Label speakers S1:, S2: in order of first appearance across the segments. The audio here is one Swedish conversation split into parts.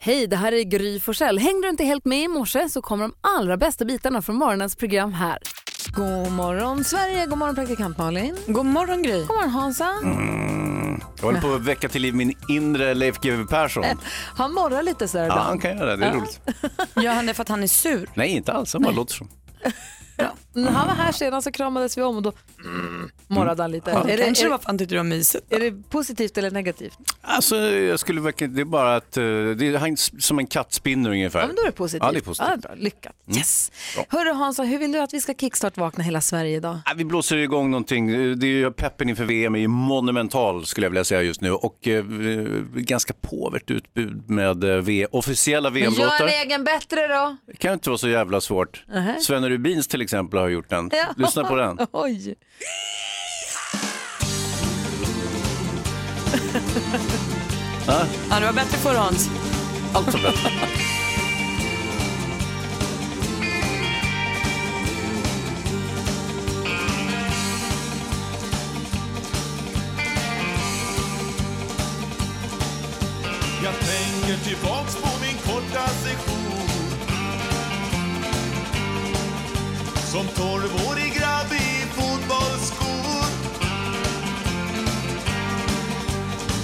S1: Hej, det här är Gry Forssell. Hängde du inte helt med i morse så kommer de allra bästa bitarna från morgonens program här. God morgon Sverige, god morgon praktikant Malin.
S2: God morgon Gry.
S1: God morgon Hansa.
S3: Mm, Jag håller på att väcka till liv min inre Leif GW Persson.
S1: Han morrar lite sådär
S3: Ja,
S1: ibland.
S3: han kan göra det. Det är roligt.
S2: Gör han det för att han är sur?
S3: Nej, inte alls. Han bara låter som.
S1: När Mm, han var här sedan så kramades vi om och då
S3: Mm.
S1: morrade han lite. Är,
S2: Är
S1: det,
S2: Kanske det
S1: är,
S2: var för att han tyckte det var mysigt.
S1: är det positivt eller negativt?
S3: Alltså, jag skulle verkligen... Det är bara att... eh, Det är han som en kattspinner ungefär.
S1: Ja, men då är det positivt.
S3: Ja, det är positivt. Mm.
S1: bra. Lyckat. Yes. Hörru Hansa, hur vill du att vi ska kickstart-vakna hela Sverige idag?
S3: Ja, Vi blåser igång någonting. Eh, Det är ju peppen inför VM är ju monumental skulle jag vilja säga just nu och eh, ganska påvert utbud med eh, v- officiella
S1: Gör
S3: VM-låtar.
S1: en egen bättre då.
S3: Det kan ju inte vara så jävla svårt. Svenne Rubins till exempel har gjort den.
S1: Ja.
S3: Lyssna på den.
S1: Oj.
S2: Ja, det var bättre förr Hans.
S3: Allt som bättre.
S4: Jag tänker tillbaks på min korta session Som tolvårig grabb i fotbollsskor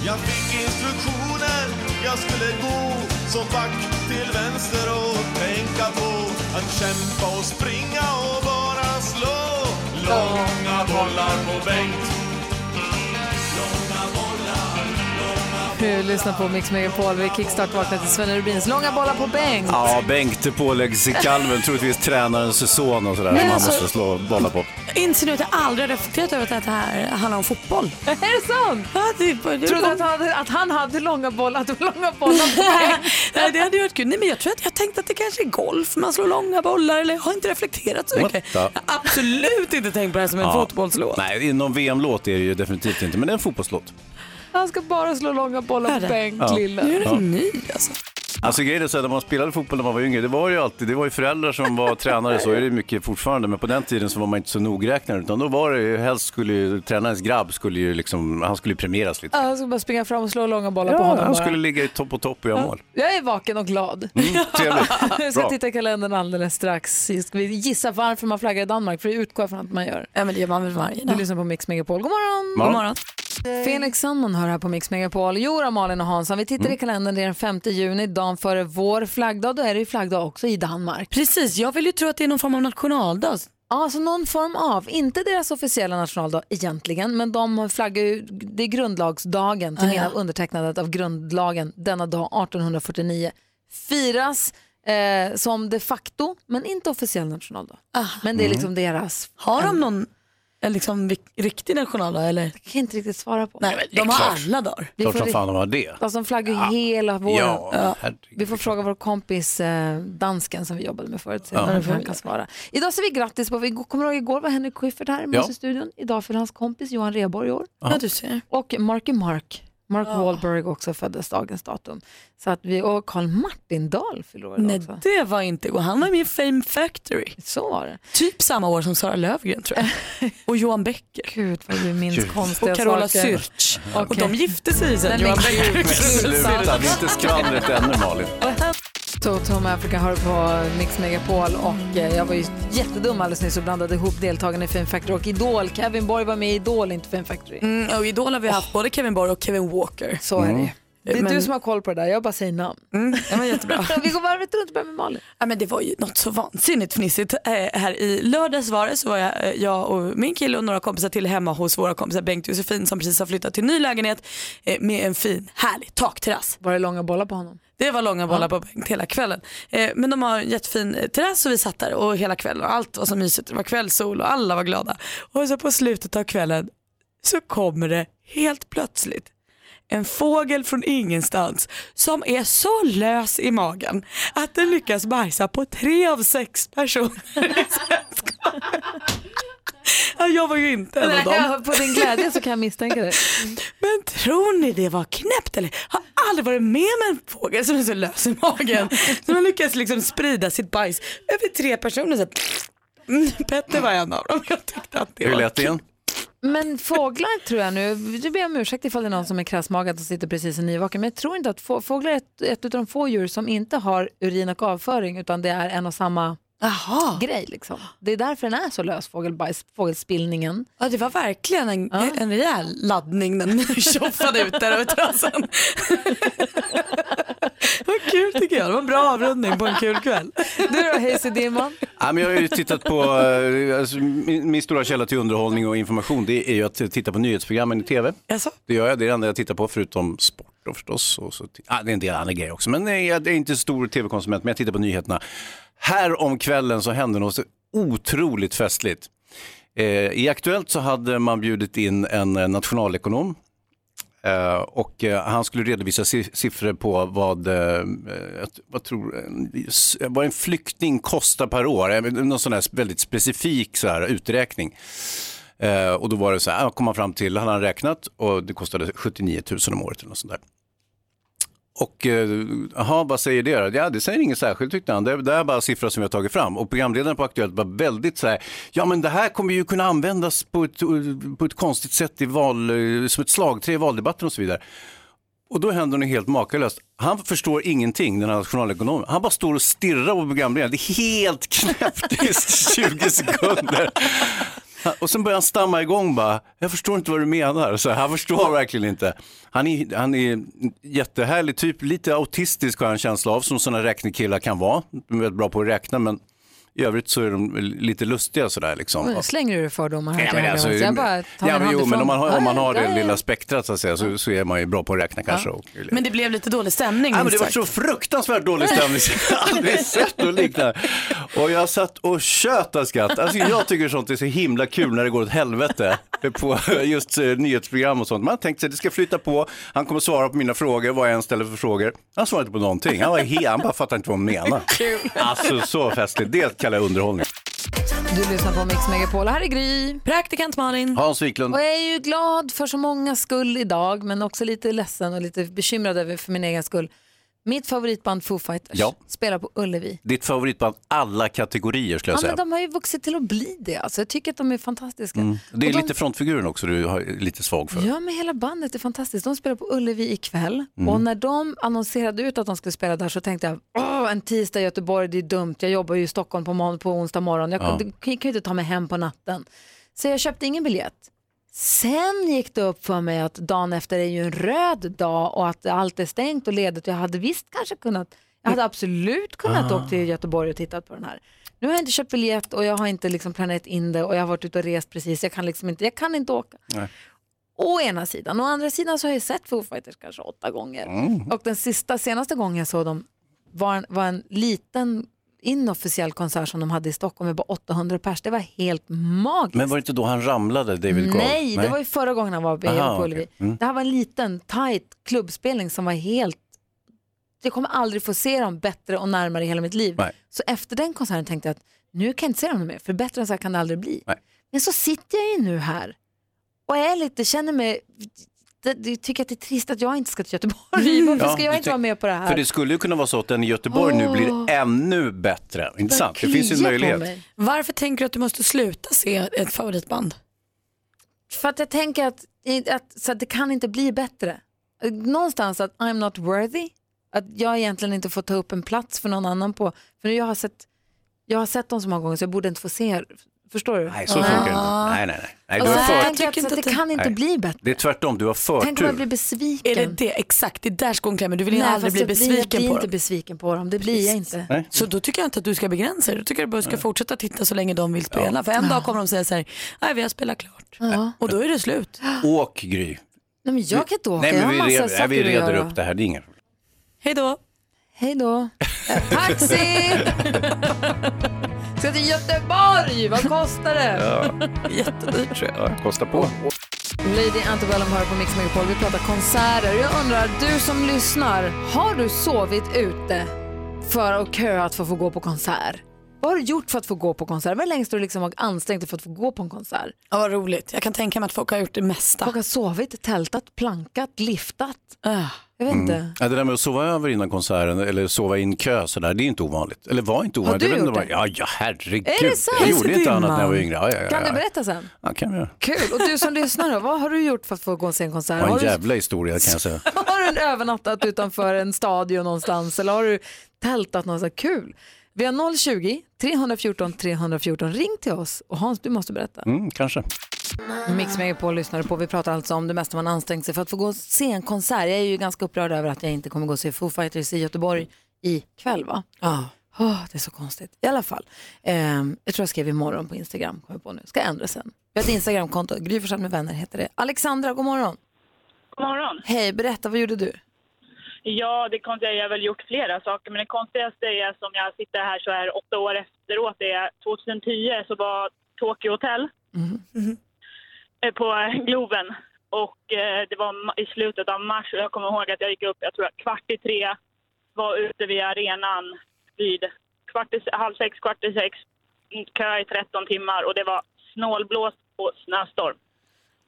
S4: Jag fick instruktioner, jag skulle gå som back till vänster och tänka på att kämpa och springa och bara slå Långa bollar på bänk
S1: Du lyssnar på Mix Megapol. Vi kickstart-vaknar till Sven Rubins långa bollar på bänk.
S3: Ja, Bengt påläggs i kalven, troligtvis tränarens son och sådär som han
S2: alltså-
S3: måste slå bollar på.
S2: Inser nu att jag aldrig har reflekterat över att det här handlar om fotboll.
S1: Är det sant?
S2: Ja, det, det,
S1: Trodde att han hade, att han hade långa bollar, att det var långa bollar på bänk.
S2: Nej, det hade ju varit kul. Nej, men jag tror att jag tänkte att det kanske är golf, man slår långa bollar eller jag har inte reflekterat så
S3: What
S2: mycket.
S3: the-
S2: Jag har absolut inte tänkt på det här som en fotbollslåt.
S3: Nej, någon VM-låt är det ju definitivt inte, men det är en fotbollslåt.
S1: Han ska bara slå långa bollar på
S2: Herre.
S1: bänk, lille.
S2: Nu är den ny alltså.
S3: Alltså grejen är så här, när man spelade fotboll när man var yngre, det var ju alltid, det var ju föräldrar som var tränare, så är det mycket fortfarande, men på den tiden så var man inte så nogräknad, utan då var det ju, helst skulle ju, tränarens grabb skulle ju liksom, han skulle ju premieras lite.
S1: Ja, Han ska bara springa fram och slå långa bollar på
S3: Ja,
S1: honom
S3: han
S1: bara.
S3: skulle ligga i topp och topp och göra mål.
S1: Jag är vaken och glad.
S3: Mm, trevligt.
S1: Jag ska
S3: Bra.
S1: titta i kalendern alldeles strax. Ska vi gissa varför man flaggar i Danmark? För det utgår jag från att man gör.
S2: Ja, men det gör man väl varje
S1: Du
S2: dag.
S1: lyssnar på Mix Megapol. God morgon!
S3: Ja.
S2: God morgon.
S1: Felix Sandman hör här på Mix Megapol. Jora, Malin och Hansson, vi
S2: Mm.
S1: tittar i kalendern. Det är den 5 juni, dagen före vår flaggdag. Då är det ju flaggdag också i Danmark.
S2: Precis, jag vill ju tro att det är någon form av nationaldag.
S1: Alltså någon form av, inte deras officiella nationaldag egentligen, men de flaggar ju, det är grundlagsdagen
S2: Ah,
S1: till minne av undertecknandet av grundlagen denna dag 1849. Firas eh, som de facto, men inte officiell nationaldag. Men det är liksom deras,
S2: Har de någon eh, liksom, vik- riktig nationaldag eller?
S1: jag kan inte riktigt svara på.
S2: Nej, men de har alla dagar.
S1: vi
S3: Klart som
S1: får,
S3: fan de har det.
S1: alltså, de flaggar ju hela våren.
S3: Ja, herregud.
S1: Vi får fråga vår kompis eh, dansken som vi jobbade med förut, ja. om han kan svara. Idag säger vi grattis på, vi kommer du ihåg igår var Henrik Schyffert här i
S3: Ja.
S1: Morgonstudion. Idag för hans kompis Johan Rheborg i år.
S2: Ja, du ser.
S1: Och Marky Mark. Mark Wahlberg också föddes dagens datum. Så att vi, och Carl Martin Dahl förlorade
S2: Nej,
S1: också.
S2: det var inte igår. Han var med i Fame Factory.
S1: Så var det.
S2: Typ samma år som Sara Lövgren tror jag. Och Johan Becker.
S1: Gud vad vi minns
S3: Gud.
S1: konstiga
S2: Och Carola
S1: saker.
S2: Syrtz.
S1: Okej.
S2: Och de gifte sig sen.
S1: Nej,
S2: Johan
S1: men
S2: Becker och Carola Syrtz.
S3: Sluta, det är inte skvallret ännu Malin.
S1: Så Tom Africa hör på Mix Megapol och eh, jag var ju jättedum alldeles nyss och blandade ihop deltagarna i Fame Factory och Idol. Kevin Borg var med i Idol, inte Fame Factory.
S2: Mm, och Idol har vi haft både Kevin Borg och Kevin Walker. Mm.
S1: Så är det ju. Det är
S2: Men-
S1: du som har koll på det där, jag bara säger namn.
S2: Mm, det var jättebra.
S1: Vi går varvet runt och börjar med Malin.
S2: Ja, men det var ju något så vansinnigt fnissigt. Eh, här i lördags var det så var jag, eh, jag och min kille och några kompisar till hemma hos våra kompisar Bengt och Josefin som precis har flyttat till ny lägenhet eh, med en fin härlig takterrass.
S1: Var det långa bollar på honom?
S2: Det var långa bollar på bänk hela kvällen. Eh, men de har en jättefin eh, terrass och vi satt där och hela kvällen och allt var så mysigt. Det var kvällssol och alla var glada. Och så på slutet av kvällen så kommer det helt plötsligt en fågel från ingenstans som är så lös i magen att den lyckas bajsa på tre av sex personer i sällskapet. Ja, Jag var ju inte en av dem.
S1: på din glädje så kan jag misstänka det.
S2: Men tror ni det var knäppt eller? Har aldrig varit med om en fågel som är så lös i magen. Som har lyckats liksom sprida sitt bajs över tre personer. Så här, Mm, Petter var en av dem. Jag tyckte att det
S3: Hur
S2: var
S3: lät det igen?
S1: Men fåglar tror jag nu, du ber om ursäkt ifall det är någon som är krassmagad och sitter precis i nyvaken, men jag tror inte att få, fåglar är ett, ett av de få djur som inte har urin och avföring utan det är en och samma
S5: Jaha,
S1: grej. Liksom. Det är därför den är så lös, fågelbajs, fågelspillningen.
S5: ja, det var verkligen en, en rejäl laddning den tjoffade ut där över trasan. Vad kul tycker jag, det var en bra avrundning på en kul kväll.
S1: Du då Hayes Dimman?
S3: Ja, men jag har ju tittat på, eh, alltså, min, min stora källa till underhållning och information det är ju att titta på nyhetsprogrammen i tv.
S5: Jaså?
S3: Det gör jag, det är det enda jag tittar på förutom sport då förstås. Och så, ah, det är en del andra grejer också, men nej, jag är inte stor tv-konsument, men jag tittar på nyheterna. Här om kvällen så hände något så otroligt festligt. Eh, I Aktuellt så hade man bjudit in en eh, nationalekonom Eh, och eh, han skulle redovisa si- siffror på vad, eh, jag t- vad tror, eh, s- vad en flykting kostar per år. Eh, Någon sån här sp- väldigt specifik så här, uträkning. Eh, och då var det så här, ah, kom han fram till, hade han räknat och det kostade 79 000 om året eller något sånt där. Och eh, jaha, vad säger det då? Ja, det säger inget särskilt tyckte han. Det, det här är bara siffror som vi har tagit fram. Och programledaren på Aktuellt var väldigt så här, ja men det här kommer ju kunna användas på ett, på ett konstigt sätt i val, eh, som ett slagträ i valdebatten och så vidare. Och då händer något helt makalöst. Han förstår ingenting, den här nationalekonomen. Han bara står och stirrar på programledaren. Det är helt knäppt i 20 sekunder. Och sen börjar han stamma igång bara, jag förstår inte vad du menar. Så han förstår verkligen inte. Han är, han är en jättehärlig typ, lite autistisk har jag en känsla av, som sådana räknekillar kan vara. De är väldigt bra på att räkna men i övrigt så är de lite lustiga sådär liksom.
S1: Nu slänger du fördomar här.
S3: Ja,
S1: till
S3: men
S1: höger och
S3: alltså,
S1: vänster. jag bara tar
S3: ja,
S1: min
S3: men,
S1: hand
S3: jo, men
S1: ifrån.
S3: om man har, om man har
S1: Ja,
S3: det
S1: ja,
S3: lilla spektrat så, att säga, så, så är man ju bra på att räkna kanske. Och,
S5: Men det blev lite dålig stämning
S3: Ja, men det
S5: minst
S3: var
S5: sagt.
S3: så fruktansvärt dålig stämning så jag har aldrig sett något liknande. Och jag satt och tjöt av skratt. Alltså, jag tycker sånt är så himla kul när det går åt helvete på just eh, nyhetsprogram och sånt. Man har tänkt sig det ska flyta på, han kommer svara på mina frågor, vad jag än ställer för frågor. Han svarade inte på någonting, han, var he- han bara fattade inte vad han menade. Alltså så festligt, det kallar jag underhållning.
S1: Du lyssnar på Mix Megapol. Här är Gry.
S5: Praktikant Malin.
S3: Hans Wiklund.
S1: Och jag är ju glad för så många skull idag, men också lite ledsen och lite bekymrad över för min egen skull. Mitt favoritband Foo Fighters
S3: Ja.
S1: spelar på Ullevi.
S3: Ditt favoritband alla kategorier skulle jag
S1: Ja,
S3: säga.
S1: men
S3: Mm.
S1: de har ju vuxit till att bli det. Alltså, jag tycker att de är fantastiska.
S3: Det är
S1: Och de...
S3: lite frontfiguren också du har lite svag för.
S1: Ja, men hela bandet är fantastiskt. De spelar på Ullevi ikväll och när de annonserade ut att de skulle spela där så tänkte jag, Åh, en tisdag i Göteborg, det är dumt. Jag jobbar ju i Stockholm på, mån- på onsdag morgon. Jag kan, kan ju inte ta mig hem på natten. Så jag köpte ingen biljett. Sen gick det upp för mig att dagen efter är ju en röd dag och att allt är stängt och ledigt. Jag hade visst kanske kunnat, jag hade absolut kunnat åka till Göteborg och tittat på den här. Nu har jag inte köpt biljett och jag har inte liksom planerat in det och jag har varit ute och rest precis. Jag kan liksom inte, jag kan inte åka. Å ena sidan. Å andra sidan så har jag sett Foo Fighters kanske åtta gånger. Och den sista, senaste gången jag såg dem var en, var en liten inofficiell konsert som de hade i Stockholm med bara 800 pers. Det var helt magiskt.
S3: Men var det inte då han ramlade, David Grohl?
S1: Nej, det var ju förra gången han var på
S3: Aha,
S1: på Ullevi.
S3: okej. Mm.
S1: Det här var en liten, tight klubbspelning som var helt... Jag kommer aldrig få se dem bättre och närmare i hela mitt liv.
S3: Nej.
S1: Så efter den konserten tänkte jag att nu kan jag inte se dem mer, för bättre än så här kan det aldrig bli.
S3: Nej.
S1: Men så sitter jag ju nu här och är lite, känner mig... det- det- Tycker att det är trist att jag inte ska till Göteborg. Varför ska
S3: Ja,
S1: jag
S3: du
S1: inte
S3: tänk-
S1: vara med på det här?
S3: För det skulle ju kunna vara så att den i Göteborg nu blir ännu bättre. Inte sant? Det finns ju en
S1: Kliar på
S3: möjlighet.
S1: mig.
S5: Varför tänker du att du måste sluta se ett favoritband?
S1: För att jag tänker att, i- att, så att det kan inte bli bättre. Eh, Någonstans att I'm not worthy. Att jag egentligen inte får ta upp en plats för någon annan på. För jag har sett, jag har sett dem så många gånger så jag borde inte få se. Förstår du?
S3: Nej, så funkar det inte. Nej, nej, nej. nej du
S1: Ah. Så
S3: har
S1: jag
S3: för...
S1: tänker att,
S5: tycker
S1: så att
S5: inte
S1: det
S5: att det-
S1: kan inte
S3: Nej.
S1: bli bättre.
S3: Det är tvärtom, du har
S1: Tänk om jag blir
S3: förtur.
S1: besviken.
S5: Är det det? Exakt, det är där skon klämmer. Du vill ju
S1: Nej,
S5: aldrig
S1: fast
S5: bli
S1: jag blir, jag
S5: besviken
S1: blir
S5: på
S1: inte
S5: dem.
S1: besviken på dem. Det blir jag inte.
S3: Nej.
S5: Så då tycker jag inte att du ska begränsa dig. Då tycker jag du bara ska fortsätta titta så länge de vill spela. För en dag kommer de säga så här, nej vi har spelat klart. Och då är det slut.
S3: Åk Gry.
S1: Nej, men jag kan inte åka.
S3: Nej, men vi,
S1: jag har massa
S3: red...
S1: saker
S3: nej, vi
S1: att
S3: reder
S1: göra.
S3: upp det här, det är inga problem.
S5: Hej då.
S1: Hej då. Eh, Taxi! Ska till Göteborg. Vad kostar det?
S5: Jättedyrt tror jag.
S3: Ja, kosta på.
S6: Mm.
S1: Lady Antebellum hör på Mix Megapol. Vi pratar konserter. Jag undrar, du som lyssnar, har du sovit ute för att köa att få, få gå på konsert? Vad har du gjort för att få gå på konsert? Vad är längst du liksom har ansträngt dig för att få gå på en konsert?
S5: Ja, vad roligt. Jag kan tänka mig att folk har gjort det mesta.
S1: Folk har sovit, tältat, plankat, liftat.
S5: Ah.
S1: Jag vet inte.
S3: Ja, det där med att sova över innan konserten eller sova in kö sådär, det är inte ovanligt. Eller var inte ovanligt.
S1: du
S3: Jag vet inte
S1: gjort
S3: vad- Ja, ja, herregud.
S1: Är det sant?
S3: Jag gjorde inte
S5: Simon.
S3: annat när jag var yngre. Ja, ja, ja,
S1: Kan
S3: ja.
S1: du berätta sen?
S3: Ja, kan jag göra.
S1: Kul. Och du som lyssnar då, vad har du gjort för att få gå och se en
S3: Det
S1: konsert? Har
S3: var en alltså.
S1: du,
S3: jävla historia kan jag säga.
S1: har du övernattat utanför en stadion någonstans eller har du tältat någonstans? Kul. Vi har 020-314 314. Ring till oss och Hans, du måste berätta.
S3: Mm, kanske.
S1: Mix Megapol lyssnar på. Vi pratar alltså om det mesta man ansträngt sig för att få gå och se en konsert. Jag är ju ganska upprörd över att jag inte kommer gå och se Foo Fighters i Göteborg ikväll va?
S5: Ja.
S1: Åh, det är så konstigt. I alla fall. Ehm, jag tror jag skrev imorgon på Instagram. Kommer jag på nu. Ska jag ändra sen. Vi har ett Instagramkonto. Gry Forssell med vänner heter det. Alexandra, god morgon.
S7: God morgon.
S1: Hej, berätta vad gjorde du?
S7: Ja, det konstiga är jag har väl gjort flera saker, men det konstigaste är som jag sitter här så här åtta år efteråt, det är 2010 så var Tokyo Hotel
S1: Mm.
S7: eh, på Globen och eh, det var ma- i slutet av mars och jag kommer ihåg att jag gick upp, jag tror jag kvart i tre, var ute vid arenan vid kvart i, se- halv sex, kvart i sex, i kö i 13 timmar och det var snålblåst och snöstorm.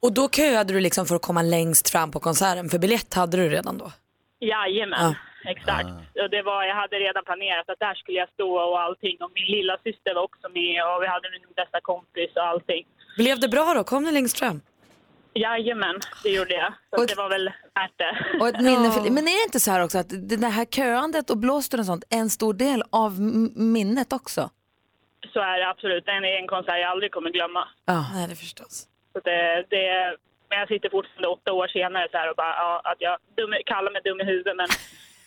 S5: Och då köade du liksom för att komma längst fram på konserten, för biljett hade du redan då.
S7: Jajamän,
S1: Ah.
S7: exakt. Och det var, jag hade redan planerat att där skulle jag stå och allting. Och min lilla syster var också med och vi hade min bästa kompis och allting.
S5: Blev det bra då? Kom ni längst fram?
S7: Jajamän, det gjorde jag. Så
S1: Och-
S7: att det var väl värt det.
S1: Och ett minne för... Men är det inte så här också att det det här köandet och blåsten och sånt är en stor del av m- minnet också?
S7: Så är det absolut. Det är en konsert jag aldrig kommer glömma.
S1: Ja.
S5: Nej, det förstås.
S7: Så det, det, men jag sitter fortfarande åtta år senare så här och bara, ja, att jag dum, kallar mig dum i huvudet men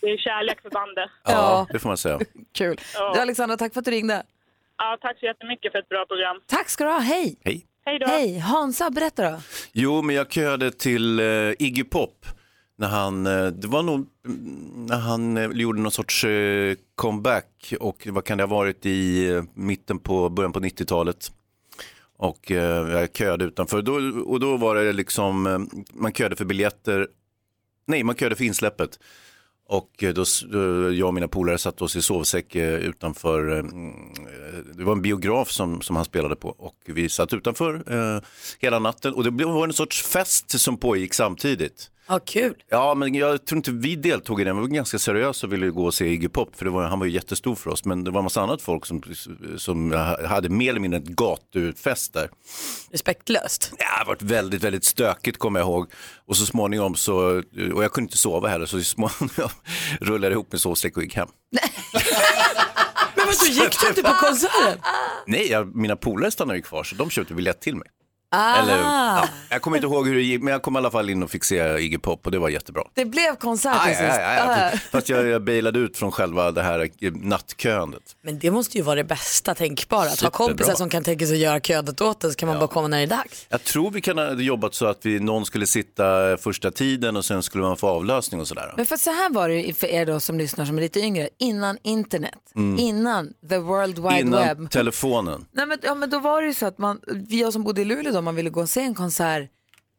S7: det är kärlek för bandet.
S1: Ja.
S3: Det får man säga.
S1: Kul.
S7: Ja.
S1: Du, Alexandra, tack för att du ringde.
S7: Ja, tack så jättemycket för ett bra program.
S1: Tack ska du ha. Hej.
S3: Hej.
S7: Hej då!
S1: Hej. Hansa, berätta då.
S3: Jo, men jag köade till eh, Iggy Pop. När han, eh, det var nog mm, när han eh, gjorde någon sorts eh, comeback och vad kan det ha varit i eh, mitten på början på 90-talet. Och eh, jag köade utanför då, och då var det liksom, eh, man köade för biljetter, nej man köade för insläppet. Och eh, då, s- eh, jag och mina polare satte oss i sovsäck eh, utanför, eh, mm, eh, det var en biograf som, som han spelade på och vi satt utanför eh, hela natten och det blev- var en sorts fest som pågick samtidigt.
S5: Ja, kul.
S3: Ja, men jag tror inte vi deltog i den. Vi var ganska seriösa och ville ju gå och se Iggy Pop, för det var, han var ju jättestor för oss. Men det var en massa annat folk som, som hade mer eller mindre ett gatufest där.
S5: Respektlöst.
S3: Ja, det har varit väldigt, väldigt stökigt kommer jag ihåg. Och så småningom så, och jag kunde inte sova heller, så småningom rullade jag ihop min sovsäck och gick hem.
S5: Men vadå, gick du inte på konserten?
S3: Nej, jag, mina polare stannade ju kvar, så de köpte biljett till mig. Eller,
S1: Ah.
S3: ja, jag kommer inte ihåg hur det gick, men jag kom i alla fall in och fick se Iggy Pop och det var jättebra.
S1: Det blev konsert till
S3: Aj,
S1: sist.
S3: aj, aj, aj.
S1: Ah.
S3: Fast jag, jag bailade ut från själva det här eh, nattköandet.
S5: Men det måste ju vara det bästa tänkbara, att ha
S3: Superbra.
S5: kompisar som kan tänka sig att göra ködet åt en så kan man bara komma när det är dags.
S3: Jag tror vi kan ha jobbat så att vi, någon skulle sitta första tiden och sen skulle man få avlösning och sådär.
S1: Men för så här var det ju för er då som lyssnar som är lite yngre, innan internet, innan the world wide
S3: Innan
S1: web.
S3: telefonen.
S1: Nej, men, ja, men då var det ju så att man, vi jag som bodde i Luleå då, man ville gå och se en konsert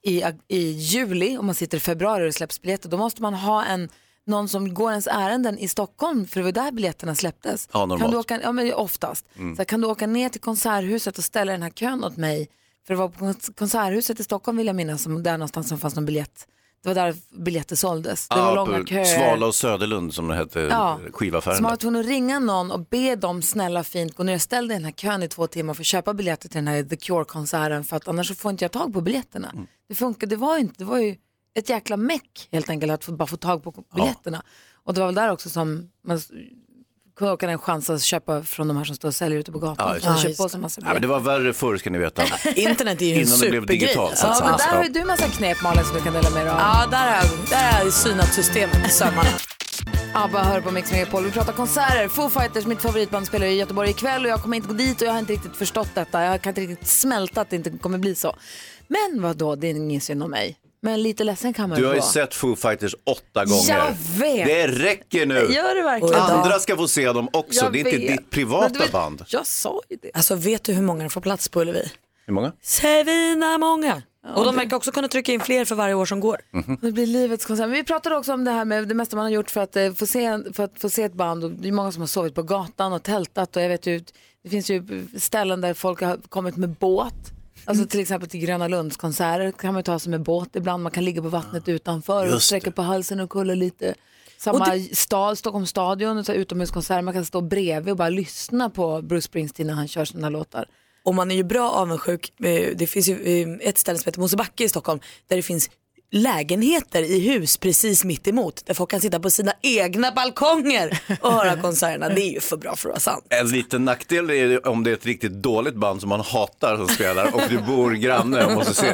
S1: i, ag- i juli, om man sitter i februari och det släpps biljetter, då måste man ha en, någon som går ens ärenden i Stockholm, för det var där biljetterna släpptes.
S3: Ja, normalt. Mm.
S1: Kan du åka, ja, men oftast. Så här, kan du åka ner till Konserthuset och ställa den här kön åt mig? För det var på Kons- Konserthuset i Stockholm vill jag minnas, som där någonstans som fanns någon biljett. Det var där biljetter såldes. Det var
S3: Ja,
S1: långa
S3: på
S1: köer.
S3: Svala och Söderlund som det hette,
S1: Ja. Så
S3: skivaffären.
S1: man var
S3: där.
S1: tvungen att ringa någon och be dem snälla fint gå ner och ställ dig i den här kön i två timmar för att köpa biljetter till den här The Cure-konserten för att annars så får inte jag tag på biljetterna.
S3: Mm.
S1: Det funkar, det var, ju inte, det var ju ett jäkla meck helt enkelt att få, bara få tag på biljetterna. Och det var väl där också som man s- kunde åka den chansen att köpa från de här som står och säljer ute på
S3: Ja,
S1: gatan.
S3: just
S1: så man
S5: det.
S1: köpte på sig en massa
S3: Ja, men
S1: biljetter.
S3: det var värre förr ska ni veta.
S5: Internet är ju en
S3: Innan det blev
S5: supergrej.
S3: digitalt, så att
S5: ja,
S1: Men
S3: säga.
S5: men
S1: där har ju du en massa knep Malin som du kan dela med dig av.
S5: Ja, där har jag, där har jag synat systemet i sömmarna.
S1: ABBA hör på Mix Megapol. Vi pratar konserter. Foo Fighters, mitt favoritband, spelar i Göteborg ikväll och jag kommer inte gå dit och jag har inte riktigt förstått detta. Jag kan inte riktigt smälta att det inte kommer bli så. Men vad då? det är ingen synd om mig. Men lite ledsen kan man
S3: Du
S1: ju
S3: har ju
S1: vara.
S3: sett Foo Fighters åtta gånger.
S1: Jag vet.
S3: Det räcker nu.
S1: Gör det verkligen?
S3: Andra ska få se dem också,
S1: Jag
S3: det är inte
S1: vet.
S3: ditt
S1: Men du
S3: privata
S1: vet,
S3: band.
S1: Jag sa ju det.
S5: Alltså vet du hur många de får plats på Ullevi?
S3: Hur många?
S5: Svina många. Och de verkar också kunna trycka in fler för varje år som går.
S3: Mhm.
S1: Det blir livets konsert. Men vi pratade också om det här med det mesta man har gjort för att, eh, få, se, en- för att få se ett band. Och det är många som har sovit på gatan och tältat och jag vet ju, det finns ju ställen där folk har kommit med båt Alltså till exempel till Gröna Lundskonserter kan man ju ta sig med båt ibland. Man kan ligga på vattnet utanför och
S3: Just
S1: sträcka
S3: det.
S1: på halsen och kolla lite. Samma stad, Stockholms stadion, och så här utomhuskonserter. Man kan stå bredvid och bara lyssna på Bruce Springsteen när han kör sina låtar.
S2: Och man är ju bra avundsjuk. Eh, Det finns ju eh, ett ställe som heter Mosebacke i Stockholm där det finns lägenheter i hus precis mitt emot där folk kan sitta på sina egna balkonger och höra konserterna. Det är ju för bra för att vara sant.
S3: En liten nackdel är ju om det är ett riktigt dåligt band som man hatar som spelar och du bor granne och måste se.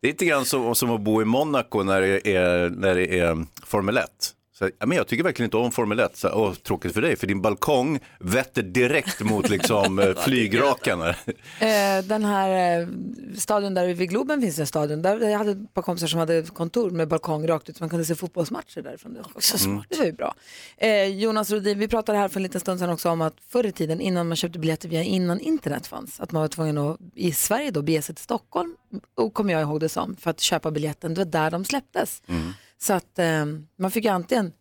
S3: Det är lite grann som, som att bo i Monaco när det är, när det är Formel 1. Så, ja, men jag tycker verkligen inte om Formel 1. Så, åh, tråkigt för dig, för din balkong vetter direkt mot liksom, eh, flygrakarna.
S1: Eh, den här eh, stadion där vid Globen finns en stadion. Där jag hade ett par kompisar som hade kontor med balkong rakt ut så man kunde se fotbollsmatcher därifrån. Det var, också smart.
S2: Mm.
S1: Det var ju bra. Eh, Jonas Rodin, vi pratade här för en liten stund sedan också om att förr i tiden innan man köpte biljetter via innan internet fanns, att man var tvungen att i Sverige då bege sig till Stockholm, och kommer jag ihåg det som, för att köpa biljetten. Det var där de släpptes. Så att eh, man fick ju antingen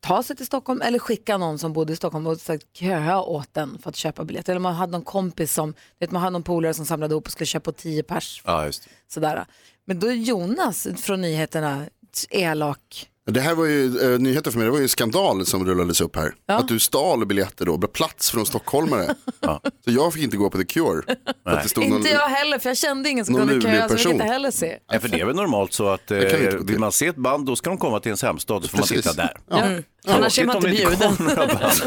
S1: ta sig till Stockholm eller skicka någon som bodde i Stockholm och så här köa åt den för att köpa biljett. Eller man hade någon kompis som, vet, man hade någon polare som samlade ihop och skulle köpa tio pers.
S3: Ja, just det.
S1: Sådär. Men då är Jonas från nyheterna elak.
S8: Det här var ju eh, nyheter för mig, det var ju skandal som rullades upp här. Att du stal biljetter då, plats från stockholmare. Så jag fick inte gå på The Cure. För att det stod någon...
S1: Inte jag heller, för jag kände ingen som
S8: någon
S1: kunde
S8: lurig
S1: köa så jag fick
S8: person.
S1: inte heller se.
S3: Nej, för det är väl normalt så att eh,
S8: Det kan ju inte gå till.
S3: vill man se ett band då ska de komma till ens hemstad så får man
S8: Precis.
S3: titta där. Eh,
S8: Ja.
S1: Mm.
S2: Annars är man inte
S3: Tråkigt om det
S2: bjuden.
S3: kommer några band.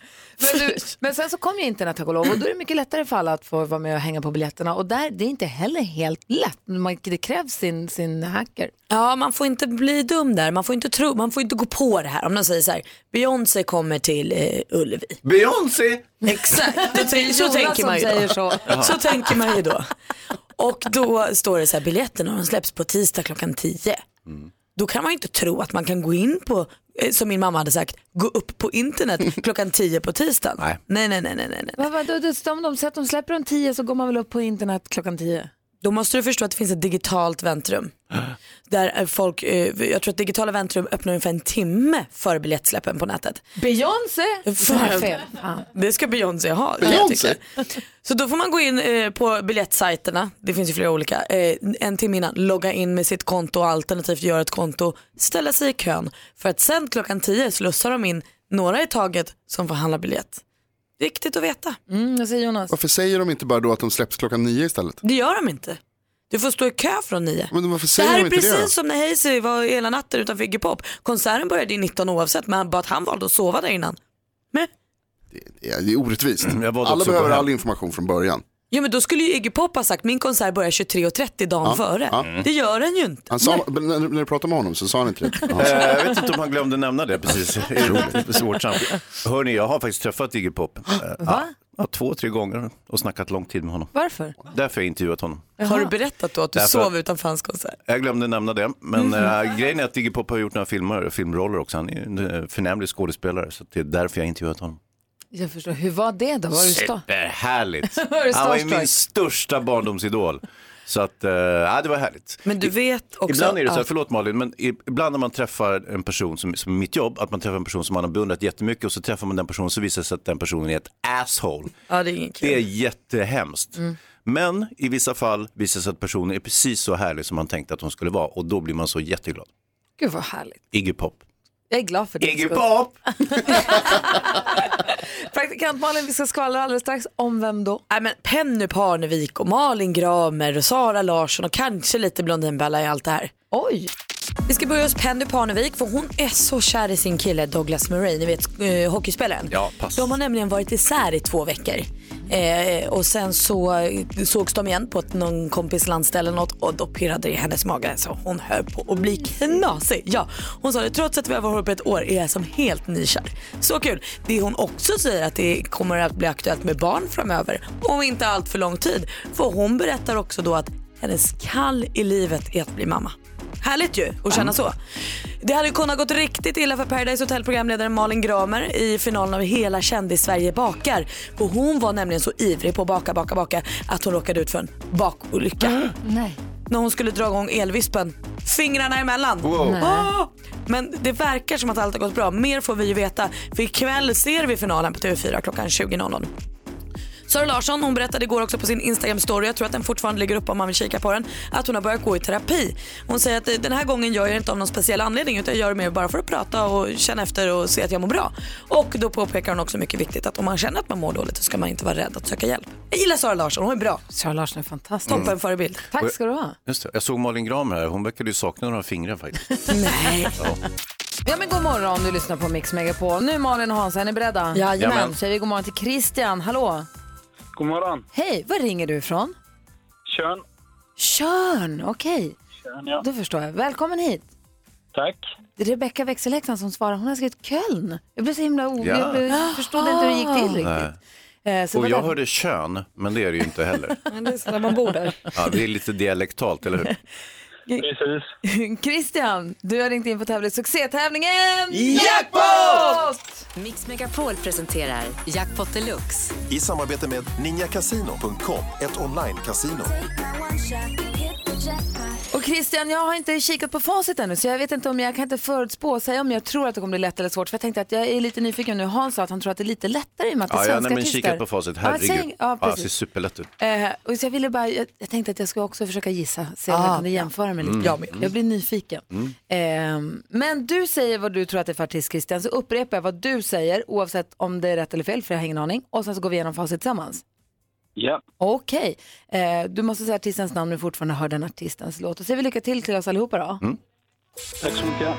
S1: Men, du, men sen så kom ju internet tack och lov och då är det mycket lättare för alla att få vara med och hänga på biljetterna. Och där, det är inte heller helt lätt. Man, det krävs sin, sin hacker.
S2: Ja, man får inte bli dum där. Man får inte, tro, man får inte gå på det här. Om någon säger så här, Beyoncé kommer till eh, Ullevi.
S3: Beyoncé!
S2: Exakt, så, tänk- så
S1: Jonas
S2: tänker man ju
S1: som säger
S2: då.
S1: så.
S2: Så tänker man ju då. Och då står det så här, biljetterna de släpps på tisdag klockan 10. Då kan man ju inte tro att man kan gå in på, eh, som min mamma hade sagt, gå upp på internet klockan 10 på tisdagen.
S3: Nej.
S2: Nej, nej, nej, nej, nej. nej.
S1: Men vadå, det- om de, säger att de släpper om tio så går man väl upp på internet klockan tio?
S2: Då måste du förstå att det finns ett digitalt väntrum. Där är folk, eh, jag tror att digitala väntrum öppnar ungefär en timme före biljettsläppen på nätet.
S1: Beyoncé!
S2: Fan.
S1: Fel. Fan.
S2: Det ska Beyoncé ha.
S8: Beyoncé?
S2: jag tycka. Så då får man gå in eh, på biljettsajterna, det finns ju flera olika, eh, en timme innan, logga in med sitt konto alternativt göra ett konto, ställa sig i kön för att sen klockan 10 slussar de in några i taget som får handla biljett. Viktigt att veta.
S1: Mm, vad säger Jonas?
S8: Varför säger de inte bara då att de släpps klockan nio istället?
S2: Det gör de inte. Du får stå i kö från 9.
S8: Men varför
S2: Det
S8: säger
S2: här
S8: de
S2: är
S8: inte
S2: precis
S8: det då?
S2: som när Hazy var hela natten utanför Iggy Pop. Konserten började i 19 oavsett men bara att han valde att sova där innan. Men,
S8: Ja, det är orättvist.
S3: Mm, Jag valde
S8: Alla
S3: också att gå
S8: behöver
S3: hem.
S8: all information från början.
S2: jo, men då skulle ju Iggy Pop ha sagt min konsert börjar 23.30 dagen före. Det gör den ju inte.
S8: Han sa, men när, när du pratade med honom så sa han inte det. Ja.
S3: Eh, Jag vet inte om han glömde nämna det precis. Svårt samtal. Hörni, jag har faktiskt träffat Iggy Pop. Eh,
S1: Va?
S3: Ja, två, tre gånger och snackat lång tid med honom.
S1: Varför?
S3: Därför har jag intervjuat honom.
S2: Har du berättat då att du
S3: Därför-
S2: sov utanför hans konsert?
S3: Jag glömde nämna det, men eh, grejen är att Iggy Pop har gjort några filmer, filmroller också. Han är en eh, förnämlig skådespelare, så det är därför jag intervjuat honom.
S1: Jag förstår. Hur var det då? Var du sta-
S3: Superhärligt!
S1: Var du
S3: Han var ju
S1: starstruck?
S3: min största barndomsidol. Så att, eh, ja, det var härligt.
S2: Men du vet också
S3: Ibland är det så här,
S2: att
S3: förlåt Malin, men i- ibland när man träffar en person som, som är mitt jobb, att man träffar en person som man har beundrat jättemycket och så träffar man den personen så visar det sig att den personen är ett asshole.
S2: ja, det är ingen kul.
S3: Det är jättehemskt.
S1: Mm.
S3: Men i vissa fall visar det sig att personen är precis så härlig som man tänkte att hon skulle vara och då blir man så jätteglad.
S1: Gud vad härligt.
S3: Iggy Pop.
S1: Jag är glad för det.
S3: Iggy Pop!
S1: Praktikant Malin, vi ska skvallra alldeles strax. Om vem då?
S2: Nej, men Penny Parnevik och Malin Gramer och Sara Larsson och kanske lite Blondinbella i allt det här.
S1: Oj!
S2: Vi ska börja hos Penny Parnevik för hon är så kär i sin kille Douglas Murray, ni vet eh, hockeyspelaren.
S3: Ja, pass.
S2: De har nämligen varit isär i två veckor. Eh, och sen så eh, sågs de igen på ett, någon kompis landställe eller något och då pirrade det i hennes mage så hon höll på att bli knasig. Ja, hon sa det, trots att vi har varit ihop ett år är jag som helt nykär. Så kul. Det hon också säger att det kommer att bli aktuellt med barn framöver om inte allt för lång tid. För hon berättar också då att hennes kall i livet är att bli mamma. Härligt ju att känna så. Det hade ju kunnat gått riktigt illa för Paradise Hotel programledaren Malin Gramer i finalen av Hela kändis-Sverige bakar. Och hon var nämligen så ivrig på att baka, baka, baka att hon råkade ut för en bakolycka.
S1: Nej.
S2: När hon skulle dra igång elvispen, fingrarna emellan. Ah! Men det verkar som att allt har gått bra. Mer får vi ju veta för ikväll ser vi finalen på TV4 klockan 20.00. Sara Larsson hon berättade igår också på sin Instagram-story, jag tror att den fortfarande ligger uppe om man vill kika på den, att hon har börjat gå i terapi. Hon säger att eh, den här gången gör jag det inte av någon speciell anledning utan jag gör det mer bara för att prata och känna efter och se att jag mår bra. Och då påpekar hon också mycket viktigt att om man känner att man mår dåligt så ska man inte vara rädd att söka hjälp. Jag gillar Sara Larsson, hon är bra.
S1: Sara Larsson är fantastisk.
S2: Toppen förebild.
S1: Tack ska du ha.
S3: Mm. Just det. Jag såg Malin Gram här, hon verkade ju sakna några fingrar faktiskt.
S2: Nej.
S1: Ja, men god morgon, du lyssnar på Mix Megapol. Nu är Malin och Hans, är ni beredda?
S3: Jajamän.
S1: Säger vi god morgon till Christian, hallå.
S9: God morgon.
S1: Hej, var ringer du ifrån?
S9: Kön.
S1: Tjörn, okej.
S9: Kön, ja.
S1: Då förstår jag. Välkommen hit.
S9: Tack.
S1: Det är Rebecka växelhäxan som svarar. Hon har skrivit Köln. Jag blev så himla o...
S3: Ja.
S1: Jag blev- jag förstod inte hur det gick till
S3: Nej.
S1: riktigt. Eh, så det
S3: Och
S1: var
S3: jag
S1: därför-
S3: hörde kön, men det är det ju inte heller.
S2: Det är så där man bor där.
S3: Ja, det är lite dialektalt, eller hur?
S9: Precis.
S1: Christian, du har ringt in för tävling. Succétävlingen
S10: Jackpot! Mix Megapol presenterar Jackpot Deluxe.
S11: I samarbete med ninjakasino.com, ett online-casino.
S1: Och Christian, jag har inte kikat på facit ännu så jag vet inte om jag kan inte förutspå säga om jag tror att det kommer bli lätt eller svårt. För jag tänkte att jag är lite nyfiken nu. Hans sa att han tror att det är lite lättare i och med att det är
S3: Ja,
S1: svenska
S3: ja nej, men
S1: artister.
S3: kikat på facit,
S1: Ja, säg-
S3: herregud.
S1: ja,
S3: Ja, det
S1: precis.
S3: ser superlätt ut.
S1: Eh, och så jag, ville bara, jag, jag tänkte att jag skulle också försöka gissa, se om jag kunde jämföra mig lite.
S3: Mm.
S1: Jag,
S3: Jag med.
S1: jag blir nyfiken.
S3: Mm.
S1: Eh, men du säger vad du tror att det är för artist Christian, så upprepar jag vad du säger oavsett om det är rätt eller fel, för jag har ingen aning. Och sen så går vi igenom facit tillsammans.
S9: Ja.
S1: Okej, eh, du måste säga artistens namn när du fortfarande hör den artistens låt. Och säger vi lycka till till oss allihopa då.
S9: Tack så mycket.